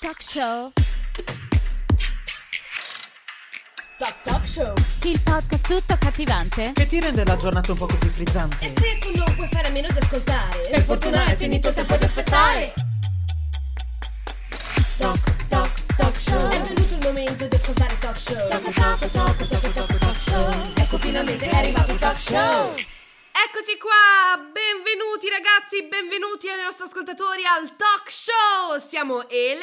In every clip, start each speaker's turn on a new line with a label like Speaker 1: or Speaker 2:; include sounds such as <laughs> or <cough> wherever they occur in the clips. Speaker 1: Talk Show.
Speaker 2: Talk Talk Show.
Speaker 1: Il podcast tutto cattivante
Speaker 3: Che ti rende la giornata un poco più frizzante?
Speaker 2: E se tu non puoi fare a meno di ascoltare, per fortuna è finito il tempo di aspettare. Talk Talk Talk Show. È venuto il momento di ascoltare Talk Show. Talk Talk Talk Talk Talk Talk Show. Ecco finalmente è arrivato il Talk Show.
Speaker 4: Eccoci qua, benvenuti ragazzi, benvenuti ai nostri ascoltatori al talk show. Siamo Ele,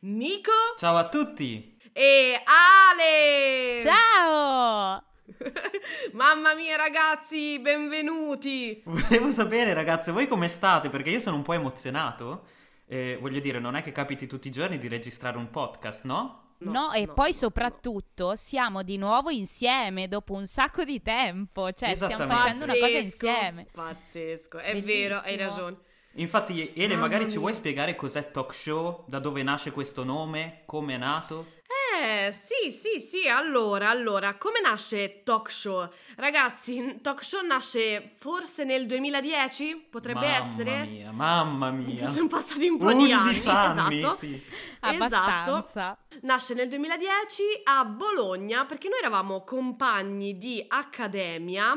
Speaker 4: Nico
Speaker 3: Ciao a tutti!
Speaker 4: e Ale.
Speaker 1: Ciao!
Speaker 4: <laughs> Mamma mia ragazzi, benvenuti.
Speaker 3: Volevo sapere ragazze, voi come state? Perché io sono un po' emozionato. Eh, voglio dire, non è che capiti tutti i giorni di registrare un podcast, no?
Speaker 1: No, e poi soprattutto siamo di nuovo insieme dopo un sacco di tempo, cioè stiamo
Speaker 3: Esattamente.
Speaker 1: facendo una cosa insieme.
Speaker 4: Ecco, Pazzesco, è
Speaker 1: Bellissimo.
Speaker 4: vero, hai ragione.
Speaker 3: Infatti, Ele,
Speaker 4: Mamma
Speaker 3: magari ci
Speaker 4: mia.
Speaker 3: vuoi spiegare cos'è talk show? Da dove nasce questo nome? Come è nato?
Speaker 4: Eh, sì, sì, sì, allora, allora, come nasce Talk Show? Ragazzi, Talk Show nasce forse nel 2010? Potrebbe
Speaker 3: mamma
Speaker 4: essere?
Speaker 3: mia, mamma mia!
Speaker 4: Sono passati un po' di
Speaker 3: 11 anni,
Speaker 4: esatto.
Speaker 3: sì.
Speaker 1: Abbastanza.
Speaker 4: Nasce nel 2010 a Bologna perché noi eravamo compagni di accademia.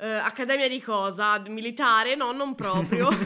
Speaker 4: Eh, accademia di cosa? Militare? No,
Speaker 3: <laughs>
Speaker 4: non proprio. <laughs>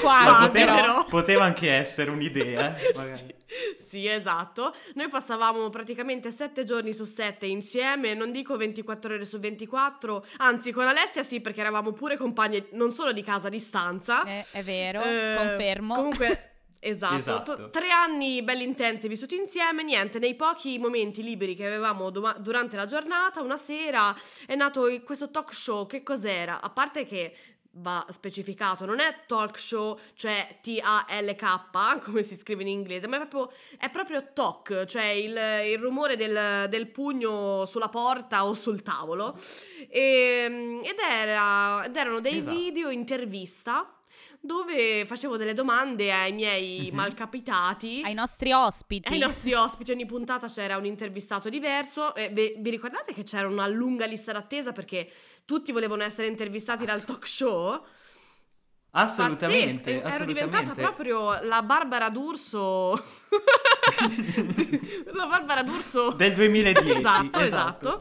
Speaker 1: Quasi
Speaker 3: Ma
Speaker 4: Base,
Speaker 3: poteva,
Speaker 1: però.
Speaker 4: però.
Speaker 3: poteva anche essere un'idea, eh, magari.
Speaker 4: <laughs> Sì, sì, esatto. Noi passavamo praticamente sette giorni su sette insieme, non dico 24 ore su 24, anzi con Alessia sì perché eravamo pure compagne non solo di casa, di stanza.
Speaker 1: Eh, è vero,
Speaker 4: Ah. Eh,
Speaker 1: confermo.
Speaker 4: Comunque, esatto,
Speaker 3: Esatto.
Speaker 4: to- tre anni belli intensi vissuti insieme, niente, nei pochi momenti liberi che avevamo doma- durante la giornata, una sera è nato i- questo talk show, che cos'era? A parte che va specificato, non è talk show, cioè T-A-L-K, <laughs> come si scrive in inglese, ma è proprio, è proprio talk, cioè il, il rumore del, del pugno sulla porta o sul tavolo. mm, E- ed, era- ed erano dei
Speaker 3: Esatto.
Speaker 4: video intervista dove facevo delle domande ai miei
Speaker 3: Mhm.
Speaker 4: malcapitati.
Speaker 1: Ai nostri ospiti.
Speaker 4: Ai nostri ospiti, ogni puntata c'era un intervistato diverso. E vi, vi ricordate che c'era una lunga lista d'attesa perché tutti volevano essere intervistati dal talk show?
Speaker 3: Assolutamente,
Speaker 4: Pazzesco, Ero diventata
Speaker 3: assolutamente.
Speaker 4: proprio la Barbara D'Urso. <laughs> la Barbara
Speaker 3: <laughs>
Speaker 4: D'Urso
Speaker 3: Del 2010.
Speaker 4: <laughs> Esatto, esatto.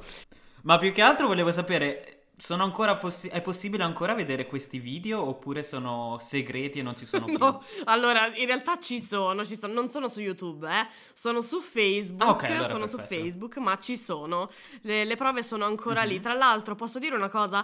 Speaker 3: Ma più che altro volevo sapere, sono ancora possi- è possibile ancora vedere questi video oppure sono segreti e non ci sono più?
Speaker 4: <laughs> No, allora in realtà ci sono, ci sono, non sono su YouTube, eh, sono su Facebook,
Speaker 3: Ah, ok, allora
Speaker 4: sono su
Speaker 3: perfetto.
Speaker 4: Facebook, ma ci sono, le, le prove sono ancora lì.
Speaker 3: Mhm.
Speaker 4: Tra l'altro posso dire una cosa,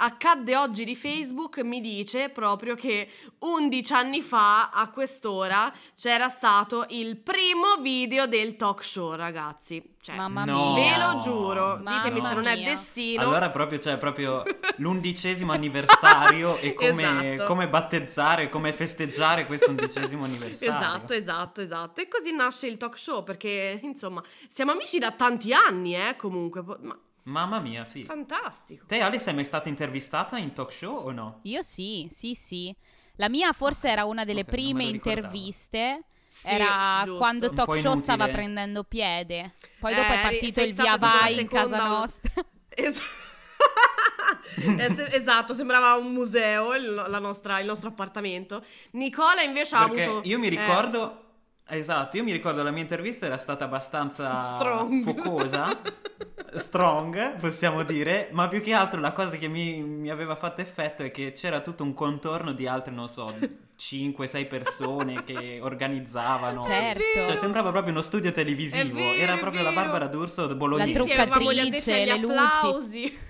Speaker 4: accadde oggi di Facebook, mi dice proprio che 11 anni fa a quest'ora c'era stato il primo video del talk show, ragazzi. Cioè,
Speaker 1: Mamma
Speaker 3: No.
Speaker 1: mia.
Speaker 4: ve lo giuro,
Speaker 1: Mamma
Speaker 4: ditemi se non è
Speaker 1: mia.
Speaker 4: destino.
Speaker 3: Oh. Allora proprio, cioè, proprio l'undicesimo anniversario
Speaker 4: <laughs>
Speaker 3: e come,
Speaker 4: Esatto.
Speaker 3: come battezzare, come festeggiare questo undicesimo anniversario.
Speaker 4: <laughs> Esatto, esatto, esatto. E così nasce il talk show perché, insomma, siamo amici da tanti anni, eh, comunque. Po- Ma
Speaker 3: Mamma mia, sì.
Speaker 4: fantastico.
Speaker 3: Te Ale sei mai stata intervistata in talk show o no?
Speaker 1: Io sì, sì, sì. La mia forse era una delle
Speaker 3: Ok, non me lo
Speaker 1: prime
Speaker 3: ricordavo.
Speaker 1: interviste.
Speaker 4: Sì,
Speaker 1: era
Speaker 4: giusto.
Speaker 1: quando
Speaker 3: Un po'
Speaker 1: Talk Show
Speaker 3: inutile.
Speaker 1: stava prendendo piede. Poi
Speaker 4: Eh,
Speaker 1: dopo è
Speaker 4: eri-
Speaker 1: partito
Speaker 4: sei
Speaker 1: il
Speaker 4: stato
Speaker 1: via
Speaker 4: tipo la
Speaker 1: vai in
Speaker 4: seconda-
Speaker 1: casa nostra.
Speaker 4: <laughs>
Speaker 1: <laughs>
Speaker 4: Es- Eh, se- esatto, sembrava un museo il, la nostra- il nostro appartamento. Nicola invece ha
Speaker 3: Perché
Speaker 4: avuto.
Speaker 3: io mi
Speaker 4: eh,
Speaker 3: ricordo... Esatto, io mi ricordo la mia intervista era stata abbastanza
Speaker 4: Strong.
Speaker 3: focosa, strong, possiamo dire, ma più che altro la cosa che mi, mi aveva fatto effetto è che c'era tutto un contorno di altre, non so, 5-6 persone che organizzavano.
Speaker 1: Certo.
Speaker 4: È vero.
Speaker 3: Cioè, sembrava proprio uno studio televisivo.
Speaker 4: È vero,
Speaker 3: era
Speaker 4: è
Speaker 3: proprio la
Speaker 4: vero.
Speaker 3: Barbara D'Urso de
Speaker 1: La
Speaker 3: Bologna.
Speaker 4: sì, sì,
Speaker 1: truccatrice,
Speaker 4: avevamo gli addetti agli
Speaker 1: le luci.
Speaker 4: applausi.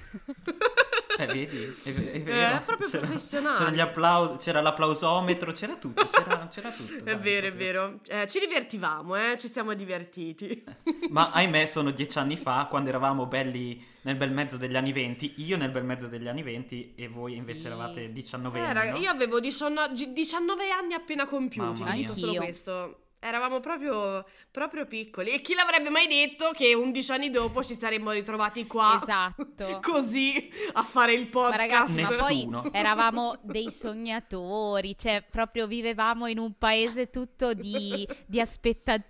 Speaker 3: Eh, vedi? È, ve- è
Speaker 4: Eh,
Speaker 3: vero.
Speaker 4: è proprio
Speaker 3: c'era,
Speaker 4: professionale.
Speaker 3: C'era, gli applausi, c'era l'applausometro, c'era tutto. C'era, c'era tutto.
Speaker 4: È
Speaker 3: dai,
Speaker 4: vero, è
Speaker 3: proprio.
Speaker 4: vero. Eh, ci divertivamo, eh, ci siamo divertiti.
Speaker 3: Ma ahimè, sono dieci anni fa, quando eravamo belli nel bel mezzo degli anni venti. Io nel bel mezzo degli anni venti e voi
Speaker 1: Sì.
Speaker 3: invece eravate 19
Speaker 4: Eh,
Speaker 3: anni.
Speaker 4: raga,
Speaker 3: no?
Speaker 4: io avevo 19, gi- 19 anni appena compiuti,
Speaker 3: Mamma mia.
Speaker 4: dico solo
Speaker 1: Anch'io.
Speaker 4: questo. Eravamo proprio, proprio piccoli. E chi l'avrebbe mai detto che 11 anni dopo ci saremmo ritrovati qua
Speaker 1: Esatto.
Speaker 4: <laughs> così a fare il podcast?
Speaker 1: Ma ragazzi, ma poi
Speaker 3: Nessuno. <laughs>
Speaker 1: eravamo dei sognatori, cioè proprio vivevamo in un paese tutto di, di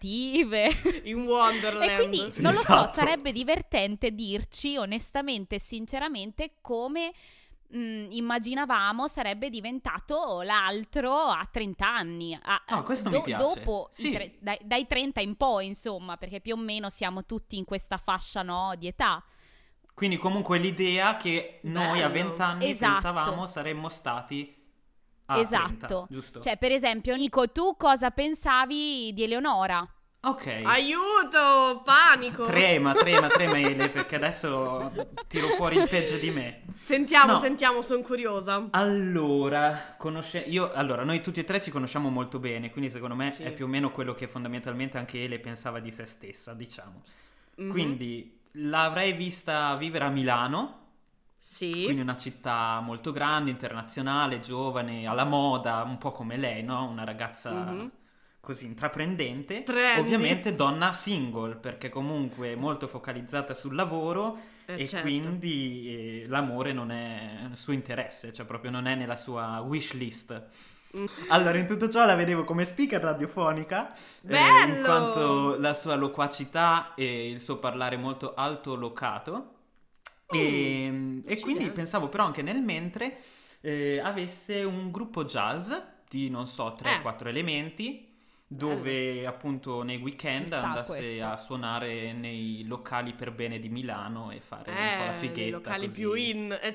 Speaker 1: aspettative.
Speaker 4: In Wonderland.
Speaker 1: E quindi
Speaker 3: Sì,
Speaker 1: non lo so,
Speaker 3: esatto.
Speaker 1: sarebbe divertente dirci onestamente e sinceramente come mm, immaginavamo sarebbe diventato l'altro a 30 anni. a-
Speaker 3: Ah, questo mi piace.
Speaker 1: Dopo i
Speaker 3: Sì.
Speaker 1: tre- dai, dai 30 in poi, insomma, perché più o meno siamo tutti in questa fascia no, di età.
Speaker 3: Quindi comunque l'idea che noi a
Speaker 4: Bello.
Speaker 3: 20 anni
Speaker 1: Esatto.
Speaker 3: pensavamo saremmo stati a
Speaker 1: Esatto.
Speaker 3: 30, Ah, giusto?
Speaker 1: Cioè, per esempio, Nico, tu cosa pensavi di Eleonora?
Speaker 3: ok.
Speaker 4: Aiuto, panico.
Speaker 3: Trema,
Speaker 4: <laughs>
Speaker 3: trema, trema Ele, perché adesso tiro fuori il peggio di me.
Speaker 4: Sentiamo,
Speaker 3: No.
Speaker 4: sentiamo, sono curiosa.
Speaker 3: Allora, conosce- io, allora, noi tutti e tre ci conosciamo molto bene, quindi secondo me
Speaker 4: Sì.
Speaker 3: è più o meno quello che fondamentalmente anche Ele pensava di se stessa, diciamo.
Speaker 4: Mhm.
Speaker 3: Quindi l'avrei vista vivere a Milano,
Speaker 4: Mhm. Sì.
Speaker 3: Quindi una città molto grande, internazionale, giovane, alla moda, un po' come lei, no? Una ragazza
Speaker 4: Mhm.
Speaker 3: così intraprendente.
Speaker 4: Trendy.
Speaker 3: Ovviamente donna single, perché comunque molto focalizzata sul lavoro
Speaker 4: Eh,
Speaker 3: e
Speaker 4: certo.
Speaker 3: quindi eh, l'amore non è il suo interesse, cioè proprio non è nella sua wish list.
Speaker 4: Mm.
Speaker 3: Allora, in tutto ciò la vedevo come speaker radiofonica, eh,
Speaker 4: Bello!
Speaker 3: in quanto la sua loquacità e il suo parlare molto Ehm, alto locato.
Speaker 4: Mm.
Speaker 3: E, e quindi
Speaker 4: Accidenti.
Speaker 3: pensavo però anche nel mentre eh, avesse un gruppo jazz di non so
Speaker 4: Eh.
Speaker 3: 3-4 elementi dove appunto nei weekend
Speaker 1: Ci sta
Speaker 3: andasse
Speaker 1: questo.
Speaker 3: a suonare nei locali per bene di Milano e fare un po' la
Speaker 4: Eh,
Speaker 3: fighetta.
Speaker 4: nei locali
Speaker 3: così.
Speaker 4: più in, eh,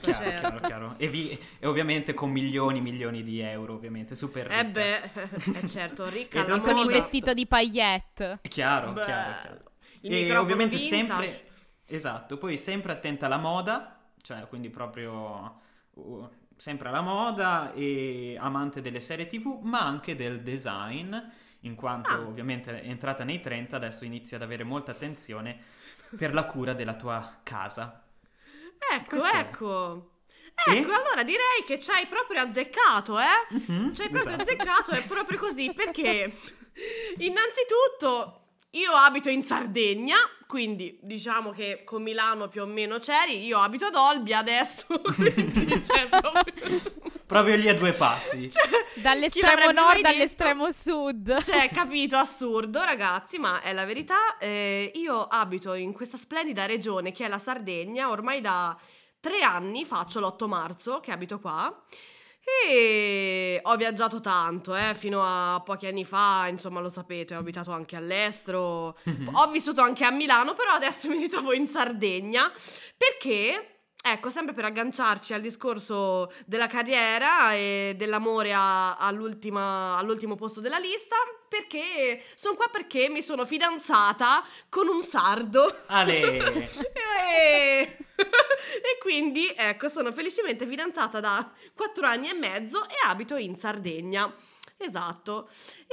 Speaker 3: Esatto, chiaro,
Speaker 4: certo.
Speaker 3: chiaro, chiaro. E, vi- e ovviamente con milioni, milioni di euro, ovviamente, super ricca.
Speaker 4: Eh beh, <laughs> eh, certo, ricca
Speaker 3: E
Speaker 4: alla
Speaker 3: dunque
Speaker 1: Con il
Speaker 4: moda.
Speaker 1: vestito di pagliette.
Speaker 3: <laughs> Chiaro,
Speaker 4: Bello.
Speaker 3: chiaro, chiaro.
Speaker 4: Il
Speaker 3: e
Speaker 4: microfono
Speaker 3: ovviamente
Speaker 4: vintage.
Speaker 3: sempre esatto, poi sempre attenta alla moda, cioè quindi proprio uh, sempre alla moda e amante delle serie TV, ma anche del design, in quanto
Speaker 4: Ah.
Speaker 3: ovviamente entrata nei 30 adesso inizia ad avere molta attenzione per la cura della tua casa.
Speaker 4: Ecco,
Speaker 3: Questo è.
Speaker 4: ecco.
Speaker 3: E?
Speaker 4: Ecco, allora direi che ci hai proprio azzeccato, eh?
Speaker 3: Mhm,
Speaker 4: Ci hai proprio
Speaker 3: esatto.
Speaker 4: azzeccato, è proprio così,
Speaker 3: <laughs>
Speaker 4: perché innanzitutto io abito in Sardegna, quindi diciamo che con Milano più o meno c'eri, io abito ad Olbia adesso, <laughs> quindi cioè proprio...
Speaker 3: Proprio lì a due passi.
Speaker 4: <laughs> Chi
Speaker 1: Dall'estremo
Speaker 4: l'avrebbe
Speaker 1: nord
Speaker 4: mai detto?
Speaker 1: all'estremo sud.
Speaker 4: Cioè, capito, assurdo, ragazzi, ma è la verità. Eh, io abito in questa splendida regione che è la Sardegna, ormai da tre anni faccio l'8 marzo che abito qua. E ho viaggiato tanto, eh, fino a pochi anni fa, insomma, lo sapete, ho abitato anche all'estero, ho vissuto anche a Milano, però adesso mi ritrovo in Sardegna perché, ecco, sempre per agganciarci al discorso della carriera e dell'amore a- all'ultima- all'ultimo posto della lista, perché sono qua perché mi sono fidanzata con un sardo.
Speaker 3: Ale!
Speaker 4: Eh! <laughs> e quindi, ecco, sono felicemente fidanzata da 4 anni e mezzo e abito in Sardegna. Esatto.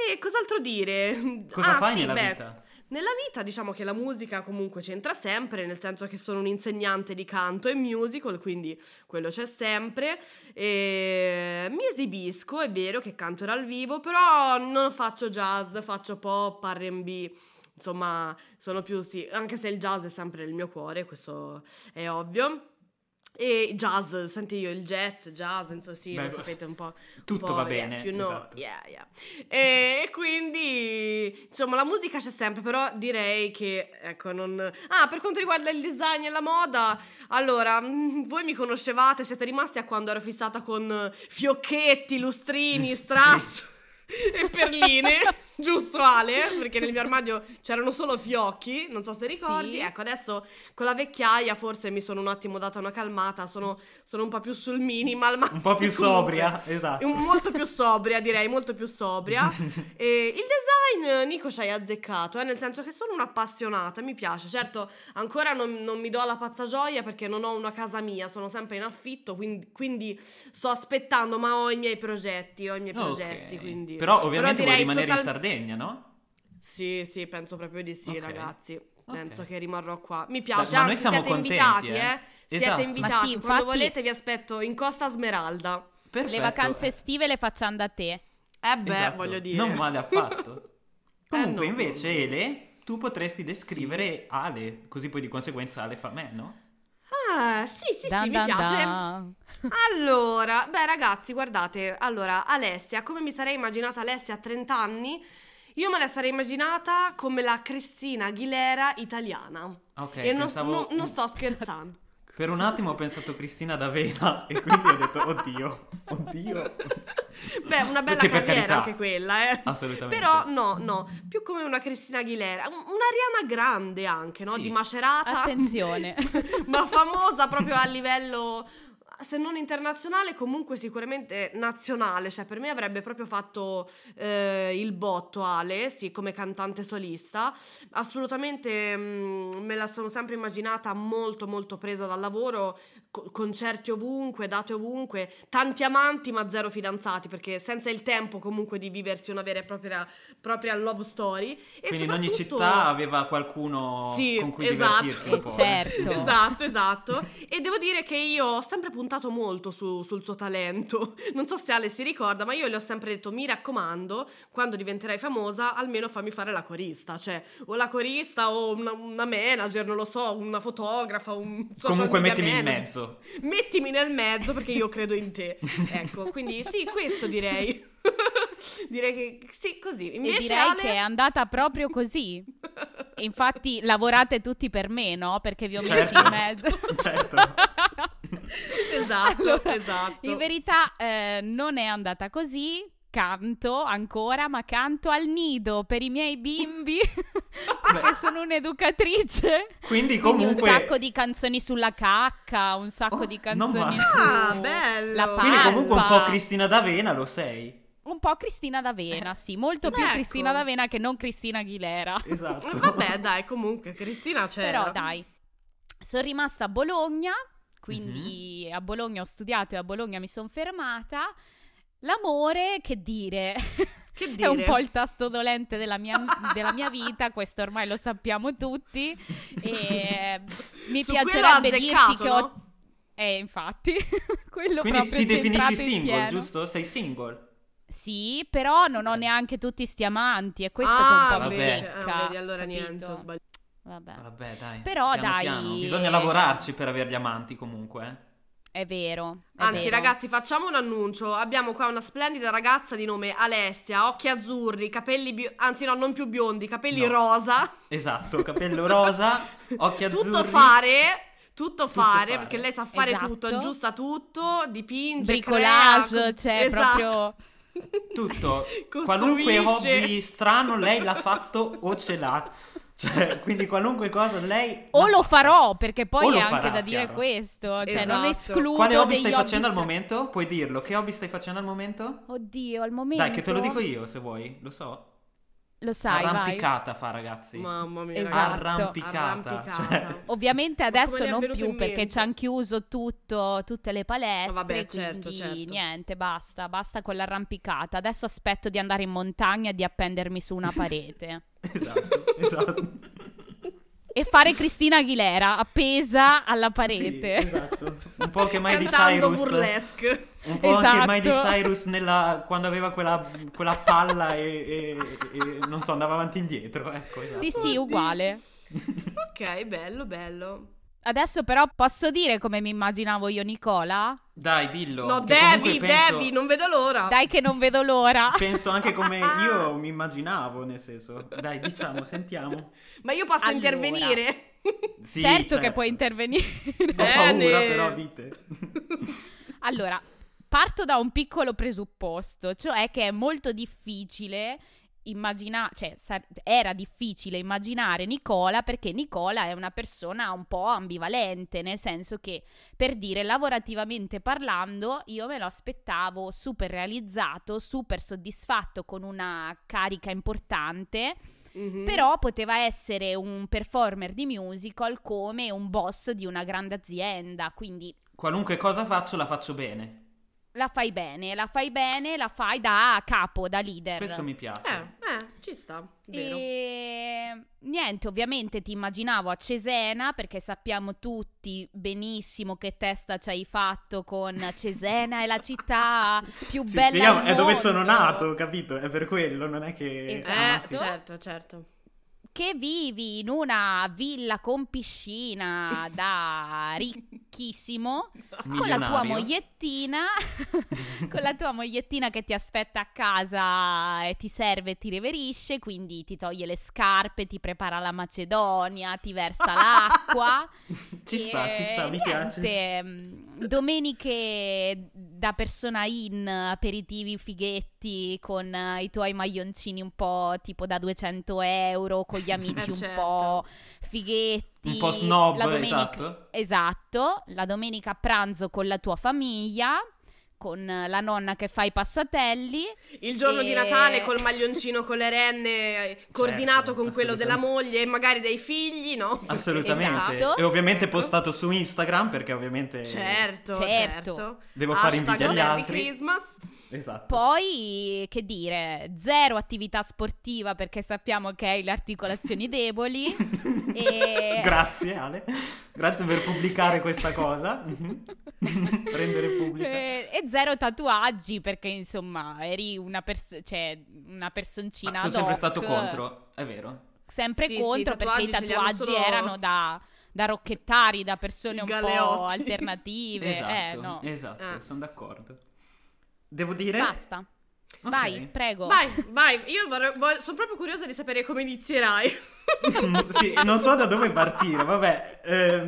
Speaker 4: E cos'altro dire?
Speaker 3: Cosa
Speaker 4: Ah,
Speaker 3: fai
Speaker 4: sì,
Speaker 3: nella
Speaker 4: beh,
Speaker 3: vita?
Speaker 4: nella vita diciamo che la musica comunque c'entra sempre, nel senso che sono un insegnante di canto e musical, quindi quello c'è sempre. E mi esibisco, è vero che canto dal vivo, però non faccio jazz, faccio pop, RB. Insomma, sono più sì, anche se il jazz è sempre nel mio cuore, questo è ovvio. E jazz, senti io il jazz, jazz, insomma, sì,
Speaker 3: Beh,
Speaker 4: lo sapete un po'
Speaker 3: Tutto
Speaker 4: po',
Speaker 3: va
Speaker 4: yes,
Speaker 3: bene,
Speaker 4: you know,
Speaker 3: esatto.
Speaker 4: yeah, yeah. E, e quindi, insomma, la musica c'è sempre, però direi che, ecco, non... Ah, per quanto riguarda il design e la moda, allora, mm, voi mi conoscevate, siete rimasti a quando ero fissata con
Speaker 3: <laughs>
Speaker 4: fiocchetti, lustrini, strass e perline, <laughs> giusto Ale? Perché nel mio armadio c'erano solo fiocchi, non so se ricordi.
Speaker 1: Sì.
Speaker 4: Ecco, adesso con la vecchiaia forse mi sono un attimo data una calmata, sono, sono un po' più sul minimal, ma...
Speaker 3: Un po' più
Speaker 4: <laughs> comunque-
Speaker 3: sobria, esatto.
Speaker 4: un- molto più sobria, direi, molto
Speaker 3: <laughs>
Speaker 4: più sobria. E il design, eh, Nico, ci hai azzeccato, eh, nel senso che sono un'appassionata, mi piace. Certo, ancora non, non mi do la pazza gioia perché non ho una casa mia, sono sempre in affitto, quindi, quindi sto aspettando, ma ho i miei progetti, ho i miei
Speaker 3: Ok.
Speaker 4: progetti, quindi...
Speaker 3: Però ovviamente vuoi
Speaker 4: direi
Speaker 3: rimanere in
Speaker 4: total-
Speaker 3: Sardegna, no?
Speaker 4: Sì, sì, penso proprio di sì,
Speaker 3: Ok.
Speaker 4: ragazzi.
Speaker 3: Ok.
Speaker 4: Penso che rimarrò qua. Mi piace,
Speaker 3: Beh, ma noi
Speaker 4: anzi,
Speaker 3: siamo
Speaker 4: siete
Speaker 3: contenti,
Speaker 4: invitati,
Speaker 3: eh.
Speaker 4: eh.
Speaker 3: Esatto.
Speaker 4: Siete
Speaker 3: Ma
Speaker 4: invitati,
Speaker 1: sì,
Speaker 4: quando
Speaker 1: infatti-
Speaker 4: volete vi aspetto in Costa Smeralda.
Speaker 1: Le
Speaker 3: Perfetto.
Speaker 1: vacanze estive le facciamo da te.
Speaker 4: Eh beh,
Speaker 3: Esatto,
Speaker 4: voglio dire. Eh,
Speaker 3: Non male
Speaker 4: <laughs>
Speaker 3: affatto. Comunque,
Speaker 4: no,
Speaker 3: invece,
Speaker 4: no, no.
Speaker 3: Ele, tu potresti descrivere Ale, così poi di conseguenza Ale fa me, no?
Speaker 4: Ah, sì, sì,
Speaker 1: Dan,
Speaker 4: sì, mi
Speaker 1: dan,
Speaker 4: piace.
Speaker 1: dan.
Speaker 4: Allora, beh ragazzi, guardate, allora Alessia, come mi sarei immaginata Alessia a 30 anni? Io me la sarei immaginata come la Cristina Aguilera italiana.
Speaker 3: Ok,
Speaker 4: e non,
Speaker 3: pensavo... <laughs>
Speaker 4: non- non sto scherzando.
Speaker 3: Per un
Speaker 4: <laughs>
Speaker 3: attimo ho pensato Cristina D'Avena e quindi ho detto, oddio, oddio.
Speaker 4: <laughs> Beh, una bella
Speaker 3: Che per
Speaker 4: carriera
Speaker 3: carità. Ah,
Speaker 4: anche quella, eh.
Speaker 3: Assolutamente.
Speaker 4: Però no, no, più come una Cristina Aguilera, un- un'Ariana grande anche, no?
Speaker 3: Sì.
Speaker 4: Di macerata.
Speaker 1: Attenzione.
Speaker 4: <laughs> ma famosa proprio a livello se non internazionale comunque sicuramente nazionale cioè per me avrebbe proprio fatto eh, il botto Ale sì come cantante solista assolutamente mm, me la sono sempre immaginata molto molto presa dal lavoro co- concerti ovunque date ovunque tanti amanti ma zero fidanzati perché senza il tempo comunque di viversi una vera e propria, propria love story e
Speaker 3: Quindi in ogni
Speaker 4: soprattutto-
Speaker 3: città aveva qualcuno
Speaker 4: Sì,
Speaker 3: con cui
Speaker 4: esatto.
Speaker 3: divertirsi un po'.
Speaker 1: Eh, certo.
Speaker 4: <laughs> Esatto, esatto. E devo dire che io ho sempre puntato molto su- sul suo talento. <laughs> Non so se Ale si ricorda, ma io le ho sempre detto: mi raccomando, quando diventerai famosa, almeno fammi fare la corista. Cioè, o la corista o una, una manager, non lo so, una fotografa, un social
Speaker 3: Comunque
Speaker 4: media
Speaker 3: mettimi in
Speaker 4: manager. <laughs>
Speaker 3: mezzo.
Speaker 4: Mettimi nel mezzo perché io credo
Speaker 3: <laughs>
Speaker 4: in te. Ecco, quindi sì, questo direi. <laughs> direi che sì, così.
Speaker 1: E
Speaker 4: Invece
Speaker 1: direi
Speaker 4: Ale...
Speaker 1: che è andata proprio così. E infatti lavorate tutti per me, no? Perché vi ho messi
Speaker 3: Certo.
Speaker 1: in mezzo.
Speaker 3: <laughs>
Speaker 1: <laughs>
Speaker 3: Certo.
Speaker 4: Esatto,
Speaker 1: Allora,
Speaker 4: esatto.
Speaker 1: In verità eh, non è andata così. Canto ancora, ma canto al nido per i miei bimbi, <laughs>
Speaker 4: Ah,
Speaker 1: che sono un'educatrice. Quindi
Speaker 3: Quindi comunque...
Speaker 1: un sacco di canzoni sulla cacca, un sacco
Speaker 3: Oh,
Speaker 1: di
Speaker 3: non
Speaker 1: canzoni
Speaker 3: male.
Speaker 1: su
Speaker 4: Ah, bello.
Speaker 1: la
Speaker 3: Quindi
Speaker 1: palpa.
Speaker 3: comunque un po' Cristina D'Avena lo sei.
Speaker 4: <laughs>
Speaker 1: Un po' Cristina D'Avena, sì, molto più
Speaker 4: Ecco. Certo.
Speaker 1: Cristina D'Avena che non Cristina Aguilera.
Speaker 3: Esatto.
Speaker 4: Vabbè, dai, comunque, Cristina cioè, c'era.
Speaker 1: Però dai, sono rimasta a Bologna, quindi
Speaker 4: Mhm.
Speaker 1: a Bologna ho studiato e a Bologna mi sono fermata. L'amore, che dire, <laughs>
Speaker 4: Che
Speaker 1: è
Speaker 4: dire?
Speaker 1: un po' il tasto dolente della mia, della mia vita, questo ormai lo sappiamo tutti. E mi
Speaker 4: Su
Speaker 1: piacerebbe
Speaker 4: quello ha
Speaker 1: dirti
Speaker 4: azzeccato,
Speaker 1: che ho...
Speaker 4: no?
Speaker 1: Eh, infatti, <laughs> quello
Speaker 3: Quindi
Speaker 1: proprio
Speaker 3: ti
Speaker 1: centrato
Speaker 3: definisci
Speaker 1: in
Speaker 3: single,
Speaker 1: pieno.
Speaker 3: giusto? Sei single.
Speaker 1: Sì, però non ho neanche tutti sti amanti e questo che
Speaker 4: ah,
Speaker 1: un po' mi
Speaker 4: vedi,
Speaker 3: vabbè.
Speaker 1: secca,
Speaker 4: ah, vedi, allora
Speaker 1: capito?
Speaker 4: niente, ho sbagliato.
Speaker 1: Vabbè.
Speaker 3: Vabbè, dai.
Speaker 1: Eh. Però,
Speaker 3: piano
Speaker 1: dai.
Speaker 3: piano. Bisogna lavorarci per avere gli amanti comunque. eh.
Speaker 1: È vero. è
Speaker 4: Anzi,
Speaker 1: vero.
Speaker 4: ragazzi, facciamo un annuncio. Abbiamo qua una splendida ragazza di nome Alessia, occhi azzurri, capelli bio- anzi no, non più biondi, capelli
Speaker 3: No.
Speaker 4: rosa.
Speaker 3: Esatto, capello
Speaker 4: <laughs>
Speaker 3: rosa, occhi azzurri.
Speaker 4: Tutto fare Tutto fare,
Speaker 3: fare.
Speaker 4: perché lei sa fare
Speaker 1: Esatto.
Speaker 4: tutto, aggiusta tutto, dipinge, crea,
Speaker 1: bricolage,
Speaker 4: co-
Speaker 1: cioè
Speaker 4: esatto.
Speaker 1: proprio
Speaker 3: Tutto.
Speaker 4: <laughs> Costruisce.
Speaker 3: Qualunque hobby strano lei l'ha fatto o ce l'ha. Cioè, quindi qualunque cosa lei...
Speaker 1: o lo farò perché
Speaker 3: O
Speaker 1: poi
Speaker 3: lo
Speaker 1: è anche
Speaker 3: farà,
Speaker 1: da dire
Speaker 3: chiaro.
Speaker 1: questo, cioè non
Speaker 4: Esatto.
Speaker 1: escludo
Speaker 3: Quale hobby
Speaker 1: degli
Speaker 3: stai facendo al
Speaker 1: stra-
Speaker 3: momento? Puoi dirlo. Che hobby stai facendo al momento?
Speaker 1: Oddio, al momento
Speaker 3: Dai, che te lo dico io se vuoi, lo so.
Speaker 1: Lo sai, vai.
Speaker 3: Arrampicata fa, ragazzi.
Speaker 4: Mamma mia,
Speaker 1: Esatto.
Speaker 4: ragazzi.
Speaker 3: Arrampicata.
Speaker 4: Arrampicata.
Speaker 3: Cioè,
Speaker 1: Ovviamente
Speaker 4: Ma come
Speaker 1: adesso
Speaker 4: gli è
Speaker 1: non
Speaker 4: venuto
Speaker 1: più
Speaker 4: in
Speaker 1: perché
Speaker 4: mente? Ah,
Speaker 1: ci hanno chiuso tutto, tutte le palestre,
Speaker 4: Vabbè, certo,
Speaker 1: quindi
Speaker 4: certo.
Speaker 1: niente, basta, basta con l'arrampicata. Adesso aspetto di andare in montagna e di appendermi su una
Speaker 4: <laughs>
Speaker 1: parete
Speaker 3: esatto, esatto.
Speaker 1: e fare Cristina Aguilera appesa alla parete. <laughs>
Speaker 3: Sì, esatto. Un po' che mai di
Speaker 4: Cantando
Speaker 3: Cyrus.
Speaker 4: burlesque.
Speaker 3: Un po' anche mai di
Speaker 1: Esatto.
Speaker 3: Cyrus nella- quando aveva quella, quella palla e, e- e- non so, andava avanti e indietro. Ecco, esatto.
Speaker 1: Sì, sì,
Speaker 4: Oddio.
Speaker 1: uguale.
Speaker 4: Ok, bello, bello.
Speaker 1: Adesso però posso dire come mi immaginavo io Nicola?
Speaker 3: Dai, dillo.
Speaker 4: No,
Speaker 3: che comunque
Speaker 4: devi,
Speaker 3: penso-
Speaker 4: devi, non vedo l'ora.
Speaker 1: Dai che non vedo l'ora.
Speaker 3: Penso anche come
Speaker 1: <laughs>
Speaker 3: io mi immaginavo, nel senso. Dai, diciamo, sentiamo.
Speaker 4: Ma io posso
Speaker 1: Allora.
Speaker 4: intervenire?
Speaker 3: <laughs> Sì,
Speaker 1: certo, che puoi intervenire.
Speaker 3: Ho
Speaker 4: Bene.
Speaker 3: paura, però,
Speaker 1: <laughs>
Speaker 3: dite.
Speaker 1: allora, parto da un piccolo presupposto, cioè che è molto difficile immaginare, cioè sa- era difficile immaginare Nicola perché Nicola è una persona un po' ambivalente, nel senso che per dire lavorativamente parlando, io me lo aspettavo super realizzato, super soddisfatto con una carica importante.
Speaker 4: Mhm.
Speaker 1: Però poteva essere un performer di musical come un boss di una grande azienda, quindi
Speaker 3: Qualunque cosa faccio, la faccio bene.
Speaker 1: la fai bene, la fai bene, la fai da capo, da leader.
Speaker 3: Questo mi piace.
Speaker 4: Eh, eh, ci sta, vero.
Speaker 1: E niente, ovviamente ti immaginavo a Cesena perché sappiamo tutti benissimo che testa ci hai fatto con Cesena è la
Speaker 3: <laughs>
Speaker 1: città più
Speaker 3: Sì,
Speaker 1: bella
Speaker 3: spieghiamo,
Speaker 1: al
Speaker 3: è dove sono
Speaker 1: mondo.
Speaker 3: nato, capito? È per quello, non è che...
Speaker 1: Esatto.
Speaker 3: Ah,
Speaker 4: Eh,
Speaker 3: sì.
Speaker 4: certo, certo.
Speaker 1: che vivi in una villa con piscina
Speaker 3: <laughs>
Speaker 1: da ricchissimo
Speaker 3: ah,
Speaker 1: con la tua
Speaker 3: Milionario.
Speaker 1: mogliettina <laughs> con la tua mogliettina che ti aspetta a casa e ti serve e ti reverisce, quindi ti toglie le scarpe, ti prepara la macedonia, ti versa l'acqua.
Speaker 3: <laughs> Ci
Speaker 1: E
Speaker 3: sta, ci sta, mi piace.
Speaker 1: niente, mh, Domeniche da persona in, aperitivi fighetti con eh, i tuoi maglioncini un po' tipo da 200 euro, con
Speaker 3: <laughs>
Speaker 1: gli amici
Speaker 4: Eh,
Speaker 1: un
Speaker 4: certo.
Speaker 1: po' fighetti.
Speaker 3: Un po' snob,
Speaker 1: la domenica-
Speaker 3: esatto.
Speaker 1: Esatto, la domenica a pranzo con la tua famiglia, con eh, la nonna che fa i passatelli.
Speaker 4: Il giorno
Speaker 3: Eh.
Speaker 4: di
Speaker 1: E-
Speaker 4: Natale col maglioncino con le renne, eh, coordinato con quello della
Speaker 3: Certo, assolutamente.
Speaker 4: moglie e magari dei figli, no?
Speaker 3: Assolutamente.
Speaker 1: Esatto.
Speaker 3: E ovviamente
Speaker 4: Ecco.
Speaker 3: postato su Instagram perché ovviamente...
Speaker 4: <laughs> Certo, certo.
Speaker 1: Certo.
Speaker 3: Devo fare
Speaker 4: Hashtag
Speaker 3: invidia agli
Speaker 4: Merry
Speaker 3: altri.
Speaker 4: Christmas.
Speaker 3: Esatto.
Speaker 1: Poi, che dire, zero attività sportiva perché sappiamo che hai le articolazioni
Speaker 3: <laughs>
Speaker 1: deboli. E-
Speaker 3: Grazie Ale, grazie per pubblicare
Speaker 1: <laughs>
Speaker 3: questa cosa, <laughs> Mhm. rendere pubblica.
Speaker 1: Eh, E, e zero tatuaggi perché insomma eri una, pers- cioè, una
Speaker 3: Ma
Speaker 1: personcina
Speaker 3: sono
Speaker 1: ad
Speaker 3: sempre
Speaker 1: hoc,
Speaker 3: stato contro, è vero.
Speaker 1: Sempre
Speaker 4: Sì, sì,
Speaker 1: contro
Speaker 4: i
Speaker 1: perché i
Speaker 4: tatuaggi ce li hanno
Speaker 1: tatuaggi
Speaker 4: solo-
Speaker 1: erano da, da rocchettari, da persone un po'
Speaker 4: Galeotti.
Speaker 3: <laughs>
Speaker 1: alternative.
Speaker 3: Esatto,
Speaker 1: eh, no.
Speaker 3: esatto,
Speaker 4: Ah.
Speaker 3: sono d'accordo. Devo dire...
Speaker 1: Basta.
Speaker 3: Ok.
Speaker 1: Vai, prego.
Speaker 4: Vai, vai, io sono proprio curiosa di sapere come inizierai. <laughs>
Speaker 3: <laughs> sì, non so da dove partire, vabbè. eh,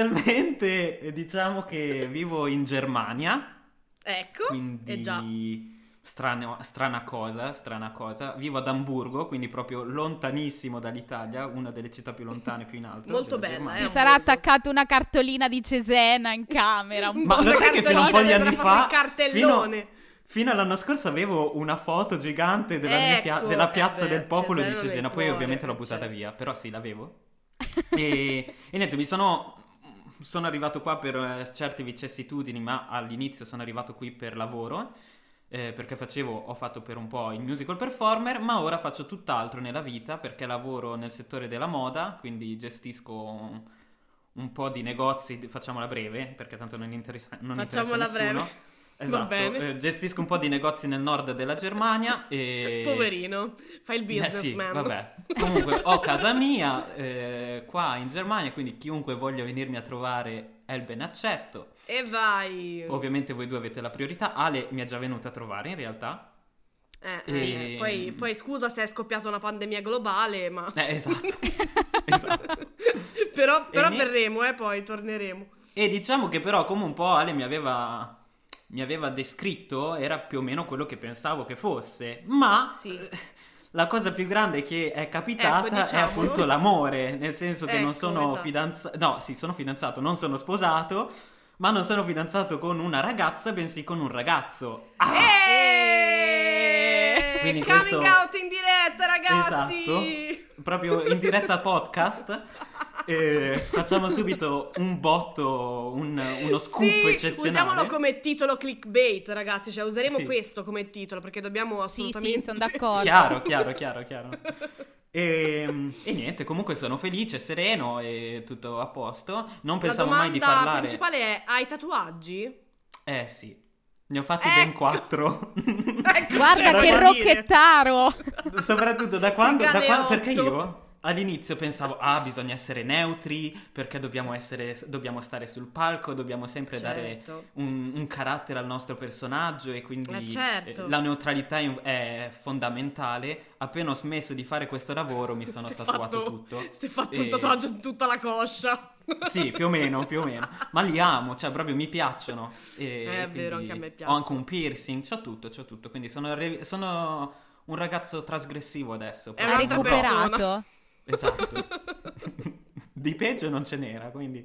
Speaker 3: inizialmente eh, diciamo che vivo in Germania,
Speaker 4: Ecco,
Speaker 3: quindi
Speaker 4: eh già.
Speaker 3: strano- strana cosa, strana cosa. Vivo ad Amburgo, quindi proprio lontanissimo dall'Italia, una delle città più lontane più in alto.
Speaker 4: Molto
Speaker 3: della
Speaker 4: bella,
Speaker 3: Germania.
Speaker 4: eh,
Speaker 1: Ti
Speaker 4: un
Speaker 1: sarà
Speaker 4: borgo.
Speaker 1: attaccata una cartolina di Cesena in camera. Un
Speaker 3: Ma
Speaker 1: po'
Speaker 3: lo sai che fino a un po' di
Speaker 4: cartolone,
Speaker 3: anni
Speaker 4: avrà fatto
Speaker 3: fa...
Speaker 4: il cartellone.
Speaker 3: Fino, fino all'anno scorso avevo una foto gigante della, mia pia-
Speaker 4: Ecco,
Speaker 3: della
Speaker 4: eh
Speaker 3: piazza
Speaker 4: beh,
Speaker 3: del popolo
Speaker 4: Cesena
Speaker 3: di
Speaker 4: nel
Speaker 3: Cesena, poi
Speaker 4: cuore,
Speaker 3: ovviamente l'ho buttata
Speaker 4: certo.
Speaker 3: via, però sì,
Speaker 4: <laughs>
Speaker 3: l'avevo. e, e niente, mi sono... Sono arrivato qua per eh, certe vicissitudini, ma all'inizio sono arrivato qui per lavoro, eh, perché facevo, ho fatto per un po' il musical performer, ma ora faccio tutt'altro nella vita perché lavoro nel settore della moda, quindi gestisco un, un po' di negozi, di- facciamola breve, perché tanto non interessa, non
Speaker 4: Facciamola
Speaker 3: interessa nessuno.
Speaker 4: breve. Va
Speaker 3: Esatto,
Speaker 4: bene.
Speaker 3: eh, gestisco un po' di negozi nel nord della Germania e...
Speaker 4: <laughs> Poverino, fai il
Speaker 3: Eh sì,
Speaker 4: businessman. <laughs>
Speaker 3: vabbè. Comunque ho casa mia eh, qua in Germania, quindi chiunque voglia venirmi a trovare è il ben accetto.
Speaker 4: E vai.
Speaker 3: Ovviamente voi due avete la priorità. Ale mi è già venuta a trovare in realtà.
Speaker 4: Eh,
Speaker 3: Sì.
Speaker 4: eh, poi, poi scusa se è scoppiata una pandemia globale, ma... <laughs>
Speaker 3: Eh, esatto. <laughs> esatto.
Speaker 4: però però
Speaker 3: E ni-
Speaker 4: verremo, eh, poi torneremo.
Speaker 3: E diciamo che però come un po' Ale mi aveva, mi aveva descritto era più o meno quello che pensavo che fosse, ma
Speaker 4: Sì.
Speaker 3: <laughs> la cosa più grande che è capitata
Speaker 4: Ecco,
Speaker 3: è
Speaker 4: diciamolo.
Speaker 3: appunto l'amore, nel senso che non
Speaker 4: Ecco,
Speaker 3: sono
Speaker 4: esatto.
Speaker 3: fidanzato, no sì sono fidanzato, non sono sposato, ma non sono fidanzato con una ragazza bensì con un ragazzo. Ah!
Speaker 4: Eh,
Speaker 3: Quindi
Speaker 4: Coming
Speaker 3: questo-
Speaker 4: out in diretta, ragazzi!
Speaker 3: Esatto, proprio in diretta podcast. Eh, facciamo subito un botto, un- uno scoop
Speaker 4: Sì,
Speaker 3: eccezionale.
Speaker 4: Usiamolo come titolo clickbait, ragazzi. Cioè, useremo
Speaker 3: Sì.
Speaker 4: questo come titolo perché dobbiamo
Speaker 1: Sì,
Speaker 4: assolutamente.
Speaker 1: sì, sono
Speaker 4: <laughs>
Speaker 1: d'accordo.
Speaker 3: Chiaro, chiaro, chiaro, chiaro. E, e niente, comunque sono felice, sereno e tutto a posto. Non
Speaker 4: La
Speaker 3: pensavo mai di
Speaker 4: domanda
Speaker 3: parlare.
Speaker 4: principale è:
Speaker 3: <laughs>
Speaker 4: hai tatuaggi?
Speaker 3: Eh sì, ne ho fatti ben
Speaker 4: Ecco. <laughs>
Speaker 3: quattro.
Speaker 1: <laughs>
Speaker 4: Ecco,
Speaker 1: Guarda
Speaker 4: cioè,
Speaker 1: che
Speaker 4: voglio dire.
Speaker 1: rocchettaro!
Speaker 3: Soprattutto da quando, da
Speaker 4: Galeotto.
Speaker 3: quando- perché io all'inizio pensavo ah bisogna essere neutri perché dobbiamo essere dobbiamo stare sul palco, dobbiamo sempre dare
Speaker 4: Certo.
Speaker 3: un, un carattere al nostro personaggio e quindi
Speaker 4: Eh, certo.
Speaker 3: eh, la neutralità in- è fondamentale. Appena ho smesso di fare questo lavoro mi
Speaker 4: <laughs>
Speaker 3: sono
Speaker 4: Si è
Speaker 3: tatuato
Speaker 4: fatto-
Speaker 3: tutto.
Speaker 4: Si è certo. fatto un
Speaker 3: E-
Speaker 4: tatuaggio in tutta la coscia.
Speaker 3: Sì, più o
Speaker 4: <laughs>
Speaker 3: meno, più o meno. Ma li amo, cioè proprio mi piacciono. E
Speaker 4: Eh, <laughs> è vero,
Speaker 3: quindi
Speaker 4: anche a me
Speaker 3: Ho
Speaker 4: piacciono.
Speaker 3: anche un piercing, c'ho tutto, c'ho tutto. Quindi sono, re- sono un ragazzo trasgressivo adesso.
Speaker 4: È
Speaker 3: proprio.
Speaker 1: Ha
Speaker 4: un'altra persona.
Speaker 1: recuperato.
Speaker 3: Esatto. <laughs>
Speaker 4: <laughs>
Speaker 3: Di peggio non ce n'era, quindi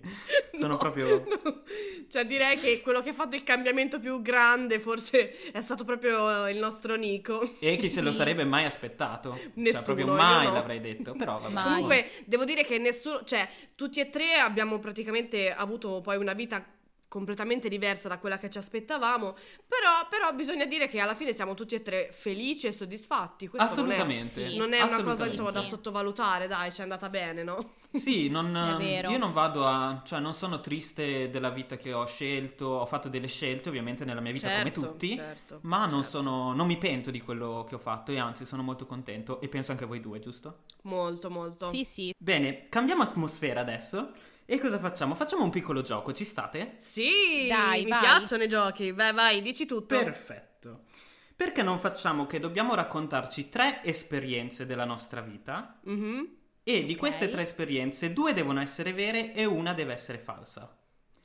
Speaker 3: sono
Speaker 4: No,
Speaker 3: proprio...
Speaker 4: no. Cioè, direi che quello che ha fatto il cambiamento più grande, forse, è stato proprio eh, il nostro Nico.
Speaker 3: E chi se lo
Speaker 1: Sì.
Speaker 3: sarebbe mai aspettato?
Speaker 4: Nessuno,
Speaker 3: cioè, proprio
Speaker 4: io
Speaker 3: mai
Speaker 4: no.
Speaker 3: l'avrei detto, però vabbè.
Speaker 1: Mai.
Speaker 4: Comunque, devo dire che nessuno, cioè, tutti e tre abbiamo praticamente avuto poi una vita completamente diversa da quella che ci aspettavamo, però, però bisogna dire che alla fine siamo tutti e tre felici e soddisfatti. Questo
Speaker 3: Assolutamente.
Speaker 1: Sì.
Speaker 4: Non è, non è una cosa
Speaker 3: assolutamente.
Speaker 4: insomma, da
Speaker 1: Sì.
Speaker 4: sottovalutare, dai, ci è andata bene, no?
Speaker 3: Sì, non, ehm,
Speaker 1: È vero.
Speaker 3: io non vado a, cioè non sono triste della vita che ho scelto, ho fatto delle scelte ovviamente nella mia vita come tutti,
Speaker 4: certo,
Speaker 3: ma non,
Speaker 4: certo.
Speaker 3: sono, non mi pento di quello che ho fatto e anzi sono molto contento e penso anche a voi due, giusto?
Speaker 4: Molto, molto.
Speaker 1: Sì, sì.
Speaker 3: Bene, cambiamo atmosfera adesso e cosa facciamo? Facciamo un piccolo gioco, ci state?
Speaker 4: Sì,
Speaker 1: Dai,
Speaker 4: mi
Speaker 1: vai.
Speaker 4: piacciono i giochi. Vai, vai, dici tutto.
Speaker 3: Perfetto. Perché non facciamo che dobbiamo raccontarci tre esperienze della nostra vita
Speaker 4: Mhm.
Speaker 3: e di
Speaker 1: Ok.
Speaker 3: queste tre esperienze due devono essere vere e una deve essere falsa.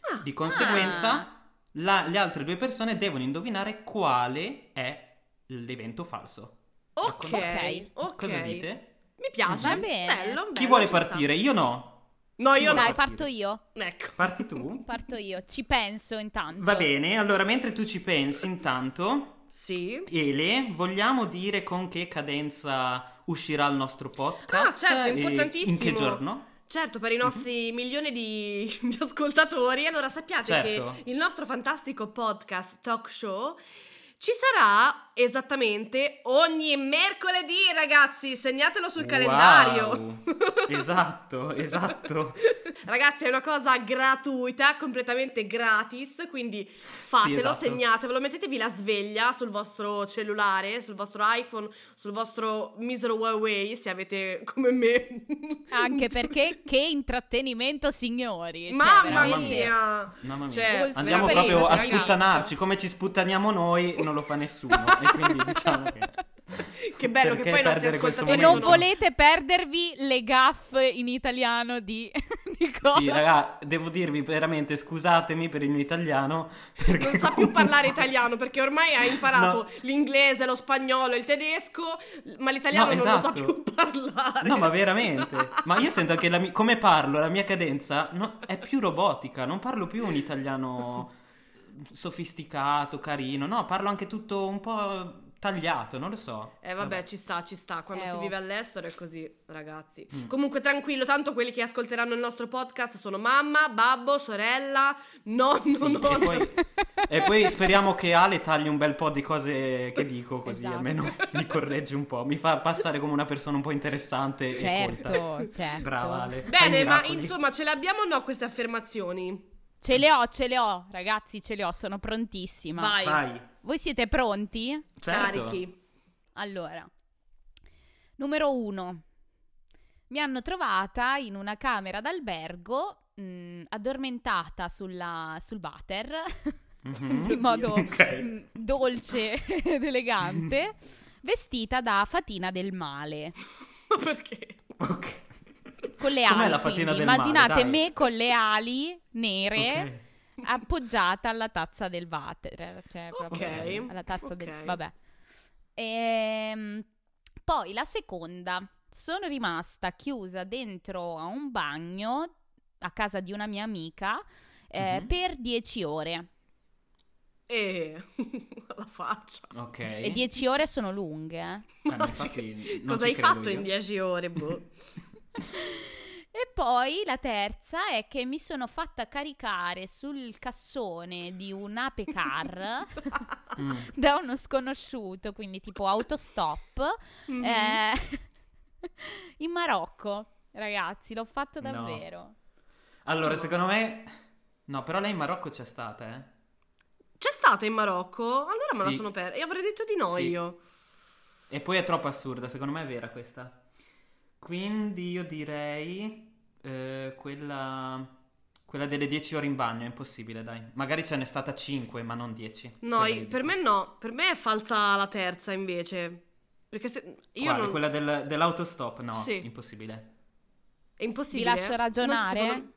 Speaker 4: Ah,
Speaker 3: Di conseguenza, la- le altre due persone devono indovinare quale è l'evento falso.
Speaker 4: Ok,
Speaker 1: Ok.
Speaker 4: ok.
Speaker 3: Cosa dite?
Speaker 4: Mi piace.
Speaker 1: Va bene.
Speaker 4: Bello,
Speaker 3: Chi
Speaker 4: bello,
Speaker 3: vuole
Speaker 4: ci sta.
Speaker 3: partire? Io no.
Speaker 4: No,
Speaker 3: Chi
Speaker 4: io
Speaker 3: vuole
Speaker 1: Dai,
Speaker 4: no.
Speaker 1: parto io.
Speaker 4: Ecco.
Speaker 3: Parti tu?
Speaker 1: Parto io. Ci penso intanto.
Speaker 3: Va bene, allora mentre tu ci pensi intanto,
Speaker 4: Sì.
Speaker 3: Ele, vogliamo dire con che cadenza uscirà il nostro podcast?
Speaker 4: Ah, certo,
Speaker 3: E In che
Speaker 4: importantissimo.
Speaker 3: giorno?
Speaker 4: Certo, per i nostri milioni di, <laughs> di ascoltatori, allora sappiate
Speaker 3: Certo.
Speaker 4: che il nostro fantastico podcast Talk Show ci sarà esattamente ogni mercoledì, ragazzi, segnatelo sul
Speaker 3: Wow.
Speaker 4: calendario.
Speaker 3: Certo. esatto, esatto.
Speaker 4: Ragazzi, è una cosa gratuita, completamente gratis, quindi fatelo,
Speaker 3: esatto.
Speaker 4: segnatevelo, mettetevi la sveglia sul vostro cellulare, sul vostro iPhone, sul vostro misero Huawei, se avete come me. <laughs>
Speaker 1: Anche perché che intrattenimento, signori. Cioè,
Speaker 4: Mamma
Speaker 1: veramente.
Speaker 4: mia!
Speaker 3: Mamma mia.
Speaker 4: Cioè,
Speaker 1: Col
Speaker 3: Andiamo
Speaker 1: Veramente,
Speaker 3: proprio a
Speaker 1: ragazzi.
Speaker 3: sputtanarci, come ci sputtaniamo noi non lo fa nessuno e quindi diciamo
Speaker 1: <laughs>
Speaker 4: <laughs>
Speaker 3: che...
Speaker 4: Che bello
Speaker 3: Perché
Speaker 4: che poi i nostri
Speaker 3: perdere questo
Speaker 4: ascoltatori
Speaker 1: E
Speaker 3: momento?
Speaker 1: non <laughs>
Speaker 4: sono...
Speaker 1: volete perdervi le gaffe in italiano di, <laughs> di cosa?
Speaker 3: Sì, raga, devo dirvi veramente scusatemi per il mio italiano perché
Speaker 4: Non sa più
Speaker 3: comunque-
Speaker 4: parlare italiano perché ormai ha imparato
Speaker 3: No.
Speaker 4: l'inglese, lo spagnolo, il tedesco, ma l'italiano
Speaker 3: No,
Speaker 4: non lo sa
Speaker 3: esatto.
Speaker 4: più parlare.
Speaker 3: No, ma veramente. Ma io sento che la mi- come parlo, la mia cadenza no- è più robotica, non parlo più un italiano sofisticato, carino, no, parlo anche tutto un po' tagliato, non lo so.
Speaker 4: Eh vabbè, ci sta, ci sta, quando
Speaker 1: Eh,
Speaker 4: si
Speaker 1: oh.
Speaker 4: vive all'estero è così, ragazzi.
Speaker 3: Mm.
Speaker 4: Comunque tranquillo, tanto quelli che ascolteranno il nostro podcast sono mamma, babbo, sorella, nonno,
Speaker 3: Sì,
Speaker 4: nonno.
Speaker 3: e, poi, e poi speriamo che Ale tagli un bel po' di cose che dico così
Speaker 1: Esatto.
Speaker 3: almeno mi corregge un po', mi fa passare come una persona un po' interessante
Speaker 1: Certo,
Speaker 3: e colta.
Speaker 1: certo.
Speaker 3: Brava Ale. fai
Speaker 4: <laughs> Bene, ma
Speaker 3: miracoli.
Speaker 4: insomma, ce le abbiamo o no queste affermazioni?
Speaker 1: Ce le ho, ce le ho, ragazzi, ce le ho, sono prontissima.
Speaker 4: Vai,
Speaker 3: Vai,
Speaker 1: Voi siete pronti?
Speaker 3: certo.
Speaker 4: carichi. <laughs>
Speaker 1: Allora, numero uno. Mi hanno trovata in una camera d'albergo, mh, addormentata sulla- sul water, <laughs>
Speaker 3: Mhm.
Speaker 1: in modo
Speaker 3: <laughs> Ok.
Speaker 1: mh, dolce ed elegante, vestita da fatina del male.
Speaker 4: Ma perché?
Speaker 3: Ok.
Speaker 1: Con le ali,
Speaker 3: Com'è la fatina
Speaker 1: quindi.
Speaker 3: del male,
Speaker 1: immaginate
Speaker 3: dai?
Speaker 1: me con le ali nere
Speaker 3: Ok.
Speaker 1: appoggiata alla tazza del water, cioè
Speaker 4: Ok,
Speaker 1: proprio alla tazza
Speaker 4: ok.
Speaker 1: del vabbè. Ehm, poi la seconda, sono rimasta chiusa dentro a un bagno a casa di una mia amica eh,
Speaker 3: Mhm.
Speaker 1: per 10 ore
Speaker 4: Eh, <laughs> la faccia.
Speaker 3: Ok.
Speaker 1: e 10 ore sono lunghe. eh.
Speaker 3: Eh, ma
Speaker 4: Non ci
Speaker 3: infatti non
Speaker 4: Cosa
Speaker 3: ci
Speaker 4: hai
Speaker 3: credo
Speaker 4: fatto
Speaker 3: io.
Speaker 4: in 10
Speaker 3: <laughs>
Speaker 4: ore, boh?
Speaker 1: E poi la terza è che mi sono fatta caricare sul cassone di un'ape
Speaker 4: <laughs>
Speaker 1: car
Speaker 3: Mm.
Speaker 1: da uno sconosciuto, quindi tipo autostop,
Speaker 4: Mm-hmm.
Speaker 1: eh, in Marocco. Ragazzi, l'ho fatto
Speaker 3: No.
Speaker 1: davvero.
Speaker 3: Allora, secondo me... No, però lei in Marocco c'è stata, eh?
Speaker 4: C'è stata in Marocco? Allora me la
Speaker 3: Sì.
Speaker 4: sono persa. Io avrei detto di no
Speaker 3: Sì.
Speaker 4: io.
Speaker 3: E poi è troppo assurda, secondo me è vera questa. Quindi io direi... eh, quella... Quella delle 10 ore in bagno, è impossibile, dai. Magari ce n'è stata 5, ma non 10.
Speaker 4: No,
Speaker 3: Quella
Speaker 4: io-
Speaker 3: io
Speaker 4: per
Speaker 3: dico.
Speaker 4: me no, per me è falsa la terza invece. Perché se io
Speaker 3: Quale?
Speaker 4: non
Speaker 3: Quella del- dell'autostop? No,
Speaker 4: Sì.
Speaker 3: impossibile.
Speaker 4: è impossibile.
Speaker 1: Vi lascio
Speaker 4: Non-
Speaker 1: ragionare?
Speaker 4: secondo-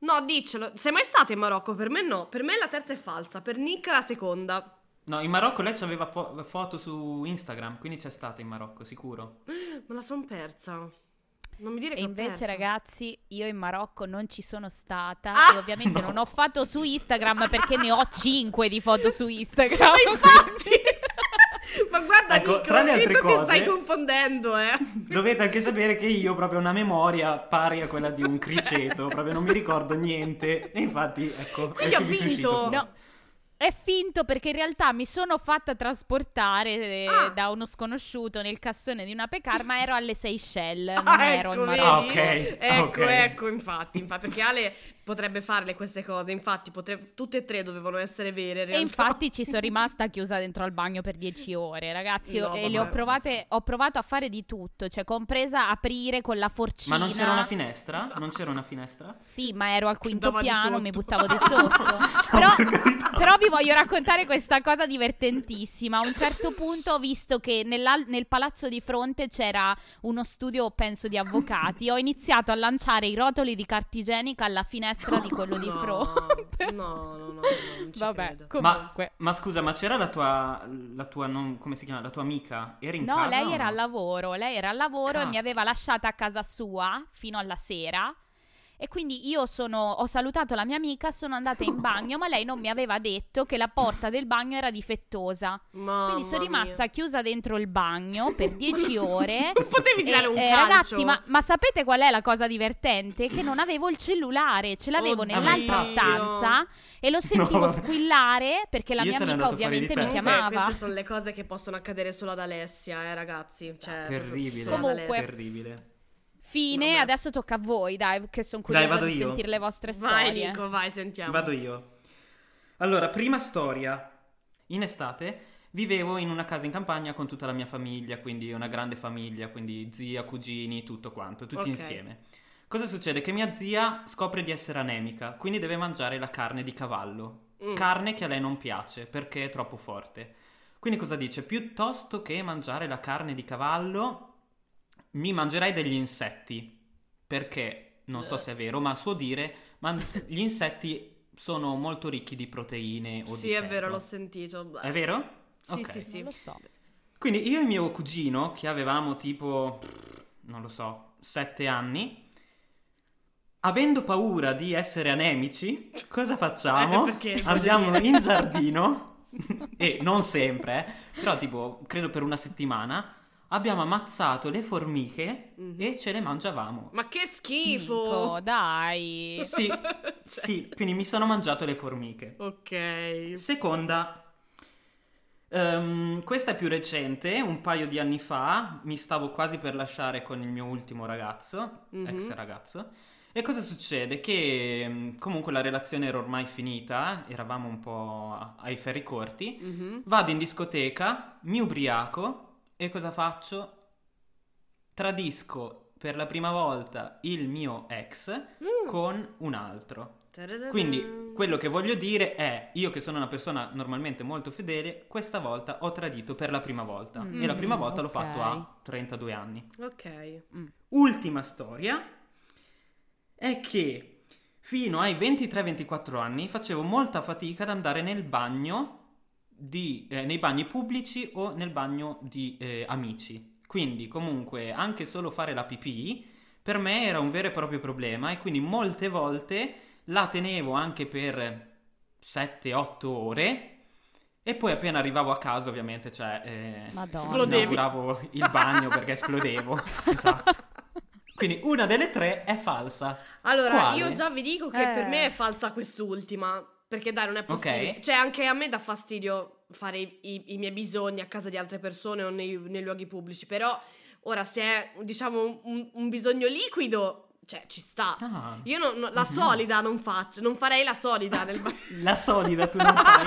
Speaker 4: No, diccelo. Sei mai stata in Marocco? Per me no. Per me la terza è falsa, per Nick la seconda.
Speaker 3: No, in Marocco lei c'aveva fo- foto su Instagram, quindi c'è stata in
Speaker 1: <laughs>
Speaker 3: Marocco, sicuro.
Speaker 4: Me la son persa. Non mi dire
Speaker 1: E
Speaker 4: che ho
Speaker 1: invece,
Speaker 4: perso.
Speaker 1: ragazzi, io in Marocco non ci sono stata.
Speaker 4: Ah!
Speaker 1: e ovviamente
Speaker 3: No.
Speaker 1: non ho fatto su <laughs>
Speaker 4: <laughs>
Speaker 1: Instagram perché ne ho 5 di foto su Instagram.
Speaker 4: Ma infatti! Ma Ma guarda,
Speaker 3: Ecco,
Speaker 4: Nicola,
Speaker 3: tra le altre
Speaker 4: qui tu
Speaker 3: cose-
Speaker 4: ti stai confondendo, eh.
Speaker 3: Dovete anche sapere che io proprio ho una memoria pari a
Speaker 1: <laughs>
Speaker 3: quella di un criceto,
Speaker 4: Cioè.
Speaker 3: proprio non mi ricordo niente. E infatti, ecco,
Speaker 4: Quindi
Speaker 3: è
Speaker 4: ho
Speaker 3: subito
Speaker 4: vinto.
Speaker 3: uscito fuori.
Speaker 1: No. È finto perché in realtà mi sono fatta trasportare eh,
Speaker 4: Ah.
Speaker 1: da uno sconosciuto nel cassone di una pecar, ma ero alle Seychelles, non
Speaker 4: <laughs> Ah,
Speaker 1: ero
Speaker 4: ecco,
Speaker 1: in
Speaker 4: vedi?
Speaker 1: Marocco.
Speaker 3: Ah, ok,
Speaker 4: Ecco,
Speaker 3: ok.
Speaker 4: ecco, infatti, infatti, perché Ale potrebbe farle queste cose, infatti, potre- tutte e tre dovevano essere vere. in
Speaker 1: E
Speaker 4: realtà.
Speaker 1: infatti ci sono rimasta chiusa dentro al bagno per 10 ore, ragazzi.
Speaker 4: No,
Speaker 1: e
Speaker 4: vabbè,
Speaker 1: le ho
Speaker 4: non
Speaker 1: provate, ho provato a fare di tutto, cioè compresa aprire con la forcina.
Speaker 3: Ma non c'era una finestra? Non c'era una finestra?
Speaker 1: Sì, ma ero al quinto
Speaker 4: Andava di
Speaker 1: piano,
Speaker 4: sotto.
Speaker 1: mi buttavo
Speaker 4: <laughs>
Speaker 1: di sotto. però,
Speaker 3: per carità.
Speaker 1: però vi voglio raccontare questa cosa divertentissima. A un certo punto ho visto che nell'al- nel palazzo di fronte c'era uno studio, penso, di avvocati. Ho iniziato a lanciare i rotoli di carta igienica alla finestra di quello di
Speaker 4: No,
Speaker 1: fronte.
Speaker 4: No, no, no, no, non ci
Speaker 1: Vabbè,
Speaker 4: credo.
Speaker 3: Ma,
Speaker 1: comunque.
Speaker 3: ma scusa, ma c'era la tua, la tua non- come si chiama, la tua amica? Era in
Speaker 1: No,
Speaker 3: casa o
Speaker 1: lei
Speaker 3: no? Ah.
Speaker 1: era al lavoro, lei era al lavoro e mi
Speaker 3: Cacchio.
Speaker 1: aveva lasciata a casa sua fino alla sera. E quindi io sono, ho salutato la mia amica, sono andata
Speaker 3: <laughs>
Speaker 1: in bagno, ma lei non mi aveva detto che la porta del bagno era difettosa.
Speaker 4: <laughs>
Speaker 3: Oh,
Speaker 4: Mamma
Speaker 1: Quindi sono
Speaker 4: mia.
Speaker 1: rimasta chiusa dentro il bagno per
Speaker 3: <laughs>
Speaker 1: 10 ore.
Speaker 4: Non potevi tirare
Speaker 1: E,
Speaker 4: un
Speaker 1: eh,
Speaker 4: calcio.
Speaker 1: Ragazzi, ma, ma sapete qual è la cosa divertente? Che non avevo il cellulare, ce l'avevo
Speaker 4: Oddio.
Speaker 1: nell'altra stanza e lo sentivo
Speaker 3: <laughs> No.
Speaker 1: squillare perché la
Speaker 3: Io
Speaker 1: mia
Speaker 3: sarei
Speaker 1: amica
Speaker 3: andato fuori di
Speaker 1: ovviamente mi
Speaker 3: testa. Eh,
Speaker 4: Comunque,
Speaker 1: chiamava.
Speaker 4: Queste sono le cose che possono accadere solo ad Alessia, eh, ragazzi. Cioè,
Speaker 3: Terribile.
Speaker 4: proprio solo ad
Speaker 1: Comunque.
Speaker 4: Alessia.
Speaker 3: Terribile.
Speaker 1: Fine,
Speaker 4: Vabbè.
Speaker 1: adesso tocca a voi, dai, che sono
Speaker 3: Dai,
Speaker 1: curiosa
Speaker 3: vado
Speaker 1: di
Speaker 3: io.
Speaker 1: sentire le vostre
Speaker 4: Vai,
Speaker 1: storie.
Speaker 4: Nico, vai, sentiamo.
Speaker 3: Vado io. Allora, prima storia. In estate vivevo in una casa in campagna con tutta la mia famiglia, quindi una grande famiglia, quindi zia, cugini, tutto quanto, tutti
Speaker 4: Ok.
Speaker 3: insieme. Cosa succede? Che mia zia scopre di essere anemica, quindi deve mangiare la carne di cavallo.
Speaker 4: Mm.
Speaker 3: Carne che a lei non piace perché è troppo forte. Quindi cosa dice? Piuttosto che mangiare la carne di cavallo, mi mangerei degli insetti. Perché, non
Speaker 4: Eh.
Speaker 3: so se è vero, ma a suo dire, man- gli insetti sono molto ricchi di proteine o
Speaker 4: Sì,
Speaker 3: di
Speaker 4: è
Speaker 3: ferro.
Speaker 4: vero, l'ho sentito.
Speaker 3: È vero?
Speaker 4: Sì,
Speaker 3: Ok.
Speaker 4: sì, sì.
Speaker 1: Non lo so.
Speaker 3: Quindi io e mio cugino, che avevamo tipo, non lo so, sette anni, avendo paura di essere anemici, cosa facciamo?
Speaker 4: <laughs> Eh, perché?
Speaker 3: Andiamo in
Speaker 4: <laughs>
Speaker 3: giardino, e non sempre, eh, però tipo, credo per una settimana, abbiamo ammazzato le formiche
Speaker 4: Mhm.
Speaker 3: e ce le mangiavamo.
Speaker 4: Ma che schifo!
Speaker 1: Nico, dai.
Speaker 3: Sì, sì, quindi mi sono mangiato le formiche.
Speaker 4: Ok.
Speaker 3: Seconda. Ehm, questa è più recente, un paio di anni fa, mi stavo quasi per lasciare con il mio ultimo ragazzo,
Speaker 4: Mhm.
Speaker 3: ex ragazzo. E cosa succede? Che mm, comunque la relazione era ormai finita, eravamo un po' a- ai ferri corti.
Speaker 1: Mm-hmm.
Speaker 4: Mhm.
Speaker 3: Vado in discoteca, mi ubriaco e cosa faccio? Tradisco per la prima volta il mio ex
Speaker 4: Mm.
Speaker 3: con un altro.
Speaker 4: Tararara.
Speaker 3: Quindi quello che voglio dire è, io che sono una persona normalmente molto fedele, questa volta ho tradito per la prima volta.
Speaker 1: Mm,
Speaker 3: e la prima volta l'ho
Speaker 1: ok.
Speaker 3: fatto a 32 anni.
Speaker 4: Ok.
Speaker 3: Ultima storia è che fino ai 23-24 anni facevo molta fatica ad andare nel bagno di- eh, nei bagni pubblici o nel bagno di eh, amici. Quindi comunque anche solo fare la pipì per me era un vero e proprio problema e quindi molte volte la tenevo anche per 7-8 ore e poi appena arrivavo a casa ovviamente cioè eh,
Speaker 1: Madonna.
Speaker 4: Esplodevi.
Speaker 3: inauguravo il bagno perché
Speaker 4: <laughs>
Speaker 3: esplodevo esatto quindi una delle tre è falsa.
Speaker 4: Allora,
Speaker 3: Quale?
Speaker 4: io già vi dico che
Speaker 1: Eh.
Speaker 4: per me è falsa quest'ultima. Perché dai, non è possibile. Cioè, anche a me dà fastidio fare i, i- i miei bisogni a casa di altre persone o nei, nei luoghi pubblici. Però, ora, se è, diciamo, un, un bisogno liquido, cioè, ci sta.
Speaker 3: Ah,
Speaker 4: Io non- non- la
Speaker 3: Mhm.
Speaker 4: solida non faccio, non farei la solida nel bagno.
Speaker 3: La solida tu non fai.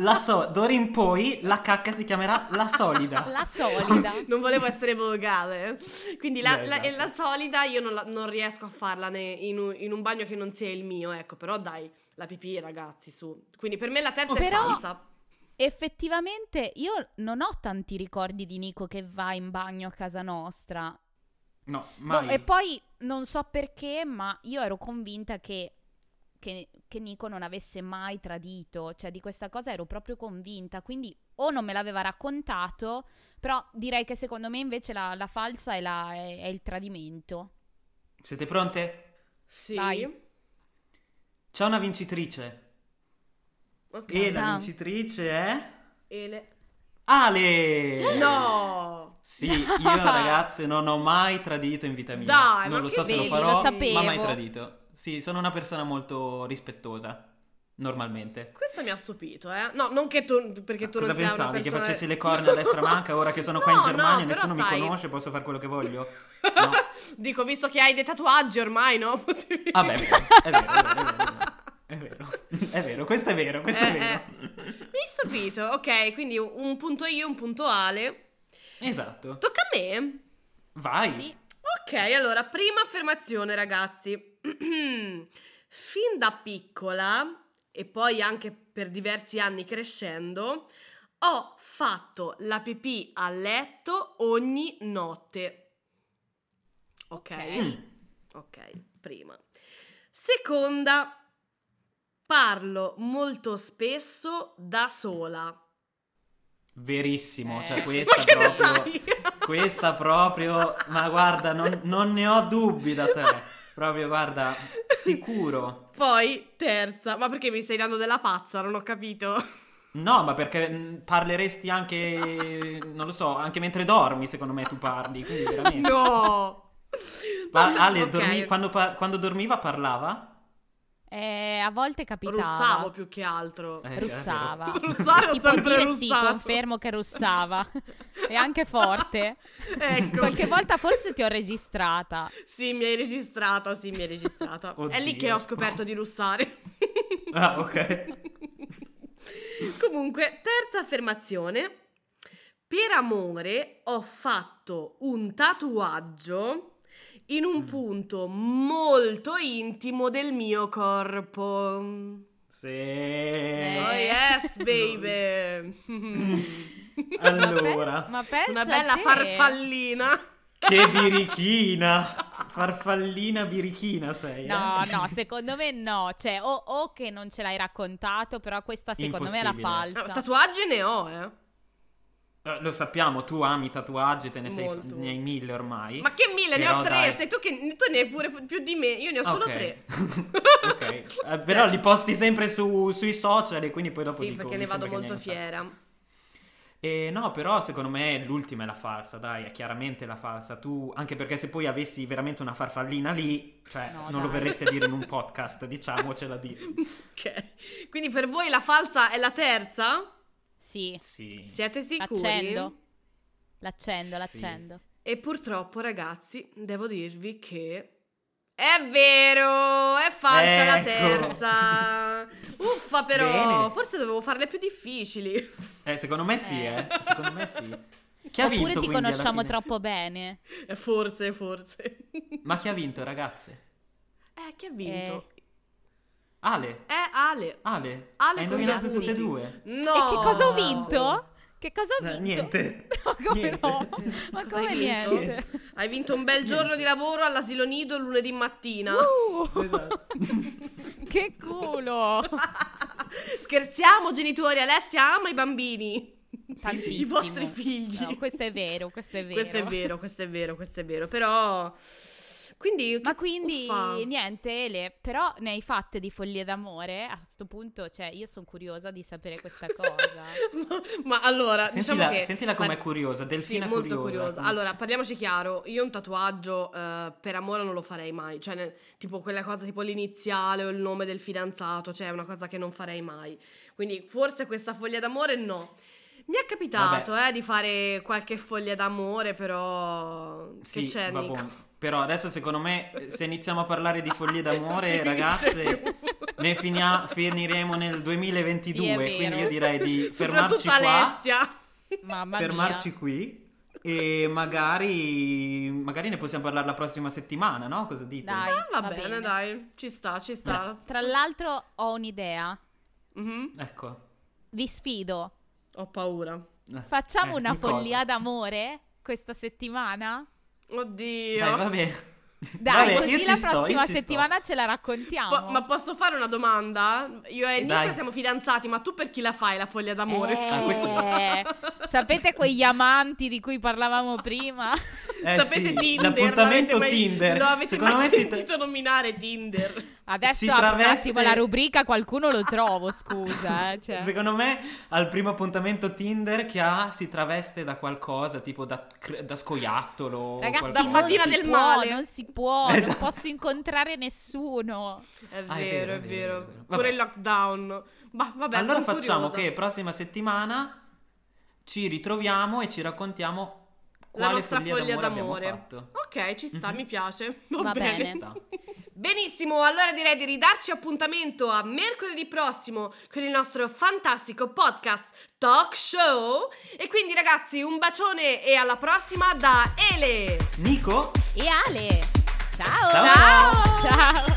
Speaker 3: La so, d'ora in poi la cacca si chiamerà la solida.
Speaker 1: La
Speaker 4: <laughs>
Speaker 1: solida.
Speaker 4: Non volevo essere volgare. Quindi la,
Speaker 3: Beh,
Speaker 4: la-
Speaker 3: esatto.
Speaker 4: la solida io non, la- non riesco a farla né in, un, in un bagno che non sia il mio, ecco, però dai, la pipì ragazzi, su. Quindi per me la terza è
Speaker 1: Però-
Speaker 4: falsa.
Speaker 1: Effettivamente io non ho tanti ricordi di Nico che va in bagno a casa nostra.
Speaker 3: No,
Speaker 1: Boh,
Speaker 3: mai.
Speaker 1: e poi non so perché, ma io ero convinta che, che- che Nico non avesse mai tradito, cioè di questa cosa ero proprio convinta, quindi o non me l'aveva raccontato, però direi che secondo me invece la, la falsa è, la- è- è il tradimento.
Speaker 3: Siete pronte?
Speaker 4: Sì.
Speaker 1: Vai.
Speaker 3: C'è una vincitrice.
Speaker 4: Ok.
Speaker 3: E la
Speaker 1: Ah.
Speaker 3: vincitrice è
Speaker 4: Ele. Oh,
Speaker 3: Ale!
Speaker 4: No!
Speaker 3: Sì,
Speaker 4: <laughs>
Speaker 3: io ragazze non ho mai tradito in vita mia.
Speaker 4: Dai,
Speaker 3: non
Speaker 4: ma
Speaker 3: lo
Speaker 4: che
Speaker 3: so se lo
Speaker 1: vedi,
Speaker 3: farò,
Speaker 1: lo sapevo.
Speaker 3: ma mai tradito. Sì, sono una persona molto rispettosa, normalmente.
Speaker 4: Questo mi ha stupito, eh. No, non che tu, perché tu
Speaker 3: Cosa
Speaker 4: non sia una
Speaker 3: pensavi? Che
Speaker 4: persona...
Speaker 3: facessi
Speaker 4: <laughs>
Speaker 3: le corna a destra manca ora che sono qua in
Speaker 4: No, no,
Speaker 3: Germania
Speaker 4: però
Speaker 3: nessuno
Speaker 4: sai-
Speaker 3: mi conosce, posso fare quello che
Speaker 4: <laughs>
Speaker 3: voglio? No.
Speaker 4: Dico, visto che hai dei tatuaggi ormai, no? <laughs> Potevi-
Speaker 3: Vabbè, Ah, è vero, è vero, è vero, è vero. È vero, <laughs> è vero, questo è vero, questo è
Speaker 4: Eh,
Speaker 3: vero.
Speaker 4: Mi hai stupito, ok, quindi un punto io, un punto Ale. eh.
Speaker 3: Esatto.
Speaker 4: Tocca a me.
Speaker 3: Vai.
Speaker 1: Sì.
Speaker 4: Ok, allora, prima affermazione, ragazzi. <clears throat> fin da piccola e poi anche per diversi anni crescendo, ho fatto la pipì a letto ogni notte. Ok.
Speaker 1: Ok.
Speaker 4: Ok, prima. Seconda, parlo molto spesso da sola.
Speaker 3: Verissimo,
Speaker 1: Eh.
Speaker 3: cioè
Speaker 4: Ma
Speaker 3: questa
Speaker 4: che ne
Speaker 3: proprio...
Speaker 4: sai?
Speaker 3: Questa proprio, ma guarda, non, non ne ho dubbi da te. Proprio, guarda, sicuro.
Speaker 4: Poi terza, ma perché mi stai dando della pazza? Non ho capito.
Speaker 3: No, ma perché mh, parleresti anche, non lo so, anche mentre dormi, secondo me tu parli, quindi veramente.
Speaker 4: No.
Speaker 3: Ma Ale,
Speaker 4: Ok.
Speaker 3: dormi- quando, pa- quando dormiva parlava?
Speaker 1: Eh, a volte capitava.
Speaker 4: Russavo più che altro.
Speaker 3: Eh, sì, è
Speaker 1: Russava.
Speaker 3: vero.
Speaker 4: Russare ho
Speaker 1: si può
Speaker 4: sempre
Speaker 1: dire sì,
Speaker 4: russato.
Speaker 1: confermo che russava. E anche forte.
Speaker 4: Ecco.
Speaker 1: Qualche volta forse ti ho registrata.
Speaker 4: Sì, mi hai registrata, sì, mi hai registrata. È lì
Speaker 3: Oddio.
Speaker 4: che ho scoperto di russare.
Speaker 3: Ah, ok.
Speaker 4: Comunque, terza affermazione. Per amore ho fatto un tatuaggio in un
Speaker 3: Mm.
Speaker 4: punto molto intimo del mio corpo.
Speaker 3: Sì.
Speaker 4: Oh
Speaker 1: Eh.
Speaker 4: <laughs>
Speaker 1: <laughs>
Speaker 4: yes, baby!
Speaker 3: Allora,
Speaker 1: Ma pensa
Speaker 4: Una bella
Speaker 1: te.
Speaker 4: farfallina.
Speaker 3: che birichina. Farfallina birichina sei. <laughs>
Speaker 1: No,
Speaker 3: eh?
Speaker 1: no, secondo me no. Cioè, o, o che non ce l'hai raccontato, però questa secondo me è la
Speaker 3: Impossibile.
Speaker 1: falsa.
Speaker 4: Ah, Tatuaggi ne ho, eh.
Speaker 3: Eh, Lo sappiamo, tu ami i tatuaggi, te ne, sei,
Speaker 4: Molto.
Speaker 3: ne hai mille ormai.
Speaker 4: Ma che mille, ne ho
Speaker 3: Però
Speaker 4: tre.
Speaker 3: dai.
Speaker 4: Sei tu che tu ne hai pure più di me. Io ne ho solo
Speaker 3: Ok.
Speaker 4: tre.
Speaker 3: <laughs> ok, Eh, però li posti sempre su- sui social e quindi poi dopo
Speaker 4: sì,
Speaker 3: dico,
Speaker 4: perché
Speaker 3: mi
Speaker 4: ne vado
Speaker 3: sembra che
Speaker 4: molto
Speaker 3: ne hai un
Speaker 4: fiera.
Speaker 3: sacco. Eh, no, però secondo me l'ultima è la falsa, dai, è chiaramente la falsa. Tu, anche perché se poi avessi veramente una farfallina lì, cioè
Speaker 1: No,
Speaker 3: non
Speaker 1: dai.
Speaker 3: lo verresti a dire in
Speaker 4: <laughs>
Speaker 3: un podcast, diciamocela di...
Speaker 4: Ok. Quindi per voi la falsa è la terza?
Speaker 1: Sì.
Speaker 3: Sì.
Speaker 4: Siete sicuri?
Speaker 1: L'accendo. L'accendo,
Speaker 3: Sì.
Speaker 1: l'accendo.
Speaker 4: E purtroppo, ragazzi, devo dirvi che è vero, è falsa la
Speaker 3: Ecco. <laughs>
Speaker 4: terza. Uffa, però,
Speaker 3: Bene.
Speaker 4: forse dovevo farle più difficili. <laughs>
Speaker 3: Eh, secondo me sì,
Speaker 1: Eh.
Speaker 3: eh. Secondo me sì. Chi ha
Speaker 1: Oppure
Speaker 3: vinto,
Speaker 1: ti
Speaker 3: quindi, alla
Speaker 1: conosciamo
Speaker 3: fine?
Speaker 1: troppo bene.
Speaker 4: Eh, Forse, forse. <laughs>
Speaker 3: Ma chi ha vinto, ragazze?
Speaker 4: Eh, chi ha vinto?
Speaker 3: Ale.
Speaker 4: Eh, Ale.
Speaker 3: Ale.
Speaker 4: Ale
Speaker 3: Hai
Speaker 4: con
Speaker 3: indovinato
Speaker 4: gli
Speaker 3: tutte e
Speaker 4: appunti.
Speaker 3: due.
Speaker 4: No.
Speaker 1: E che cosa ho vinto? Che cosa ho
Speaker 3: Eh,
Speaker 1: vinto? <laughs>
Speaker 4: <laughs>
Speaker 3: niente.
Speaker 1: No, come
Speaker 3: Niente.
Speaker 1: no? Ma
Speaker 4: Cosa
Speaker 1: come
Speaker 4: hai vinto?
Speaker 1: niente?
Speaker 4: Hai vinto un bel giorno di lavoro all'asilo nido lunedì mattina.
Speaker 1: Uh,
Speaker 3: Esatto.
Speaker 1: <laughs> che culo!
Speaker 4: Scherziamo, genitori. Alessia ama i bambini.
Speaker 1: Tantissimo.
Speaker 4: I vostri figli.
Speaker 1: No, questo è vero, questo è vero.
Speaker 4: Questo è vero, questo è vero, questo è vero. Però. Quindi.
Speaker 1: Ma
Speaker 4: che-
Speaker 1: quindi
Speaker 4: uffa.
Speaker 1: niente, Ele, però ne hai fatte di follie d'amore? A sto punto, cioè, io sono curiosa di sapere questa
Speaker 4: <laughs>
Speaker 1: cosa.
Speaker 4: ma, ma allora,
Speaker 3: Sentila,
Speaker 4: diciamo che.
Speaker 3: sentila com'è
Speaker 4: ma-
Speaker 3: curiosa,
Speaker 4: Sì,
Speaker 3: Delfina è
Speaker 4: molto curiosa.
Speaker 3: curiosa. Mm.
Speaker 4: Allora, parliamoci chiaro, io un tatuaggio eh, per amore non lo farei mai, cioè ne- tipo quella cosa tipo l'iniziale o il nome del fidanzato, cioè è una cosa che non farei mai. Quindi forse questa foglia d'amore no. Mi è capitato eh, di fare qualche foglia d'amore, però
Speaker 3: Sì,
Speaker 4: che c'è
Speaker 3: va
Speaker 4: Nico? <laughs>
Speaker 3: buono. Però adesso secondo me eh, se iniziamo a parlare di foglie
Speaker 4: Non si
Speaker 3: d'amore,
Speaker 4: finisce
Speaker 3: ragazze,
Speaker 4: più.
Speaker 3: ne finia- finiremo nel 2022,
Speaker 1: Sì, è vero.
Speaker 3: quindi io direi di fermarci
Speaker 4: <laughs> Soprattutto
Speaker 3: qua,
Speaker 4: Alessia.
Speaker 1: Mamma
Speaker 3: fermarci
Speaker 1: mia.
Speaker 3: qui e magari, magari ne possiamo parlare la prossima settimana, no? Cosa dite?
Speaker 1: Dai,
Speaker 4: Ah, va,
Speaker 1: va
Speaker 4: bene,
Speaker 1: bene.
Speaker 4: dai, ci sta, ci sta.
Speaker 1: Tra l'altro ho un'idea.
Speaker 4: Mhm.
Speaker 3: Ecco.
Speaker 1: Vi sfido.
Speaker 4: Ho paura.
Speaker 3: Eh,
Speaker 1: Facciamo
Speaker 3: eh,
Speaker 1: una
Speaker 3: di cosa?
Speaker 1: follia d'amore questa settimana?
Speaker 4: Oddio.
Speaker 3: Dai, va bene.
Speaker 1: Dai,
Speaker 3: Vabbè, io
Speaker 1: così
Speaker 3: ci
Speaker 1: la
Speaker 3: sto, io
Speaker 1: prossima
Speaker 3: ci sto.
Speaker 1: settimana ce la raccontiamo.
Speaker 4: Po- ma posso fare una domanda? Io e Nick
Speaker 3: Dai.
Speaker 4: siamo fidanzati, ma tu per chi la fai la foglia d'amore?
Speaker 1: Eh,
Speaker 3: Ah, questo-
Speaker 1: Sapete quegli amanti di cui parlavamo prima?
Speaker 3: Eh
Speaker 4: <laughs> Sapete
Speaker 3: sì,
Speaker 4: Tinder?
Speaker 3: l'appuntamento
Speaker 4: l'avete mai-
Speaker 3: Tinder.
Speaker 4: Lo avete
Speaker 3: Secondo
Speaker 4: mai
Speaker 3: me si tra-
Speaker 4: sentito nominare Tinder?
Speaker 1: Adesso
Speaker 3: Si
Speaker 1: apro un
Speaker 3: traveste-
Speaker 1: attimo la rubrica, qualcuno lo trovo, scusa. eh, cioè.
Speaker 3: Secondo me al primo appuntamento Tinder che ha si traveste da qualcosa, tipo da, cr- da scoiattolo. o
Speaker 1: Ragazzi,
Speaker 4: Da
Speaker 1: non
Speaker 3: qualcosa.
Speaker 4: fatina
Speaker 1: si
Speaker 4: del
Speaker 1: può,
Speaker 4: male.
Speaker 1: Non si può, non
Speaker 3: Esatto.
Speaker 1: posso incontrare nessuno.
Speaker 4: È vero,
Speaker 3: Ah,
Speaker 4: è vero, è
Speaker 3: è
Speaker 4: vero.
Speaker 3: vero.
Speaker 4: Pure
Speaker 3: Vabbè.
Speaker 4: il lockdown. Ma vabbè,
Speaker 3: allora
Speaker 4: sono
Speaker 3: facciamo
Speaker 4: curiosa.
Speaker 3: che prossima settimana ci ritroviamo e ci raccontiamo
Speaker 4: la
Speaker 3: quale
Speaker 4: nostra
Speaker 3: follia,
Speaker 4: foglia
Speaker 3: d'amore,
Speaker 4: d'amore.
Speaker 3: abbiamo fatto. Mhm.
Speaker 4: Ok, ci sta, mi piace. Va,
Speaker 1: Va
Speaker 4: bene.
Speaker 1: bene.
Speaker 3: Ci sta.
Speaker 4: <laughs> Benissimo, allora direi di ridarci appuntamento a mercoledì prossimo con il nostro fantastico podcast Talk Show. E quindi ragazzi, un bacione e alla prossima da Ele.
Speaker 3: Nico?
Speaker 1: E Ale, ciao!
Speaker 3: Ciao.
Speaker 1: Ciao!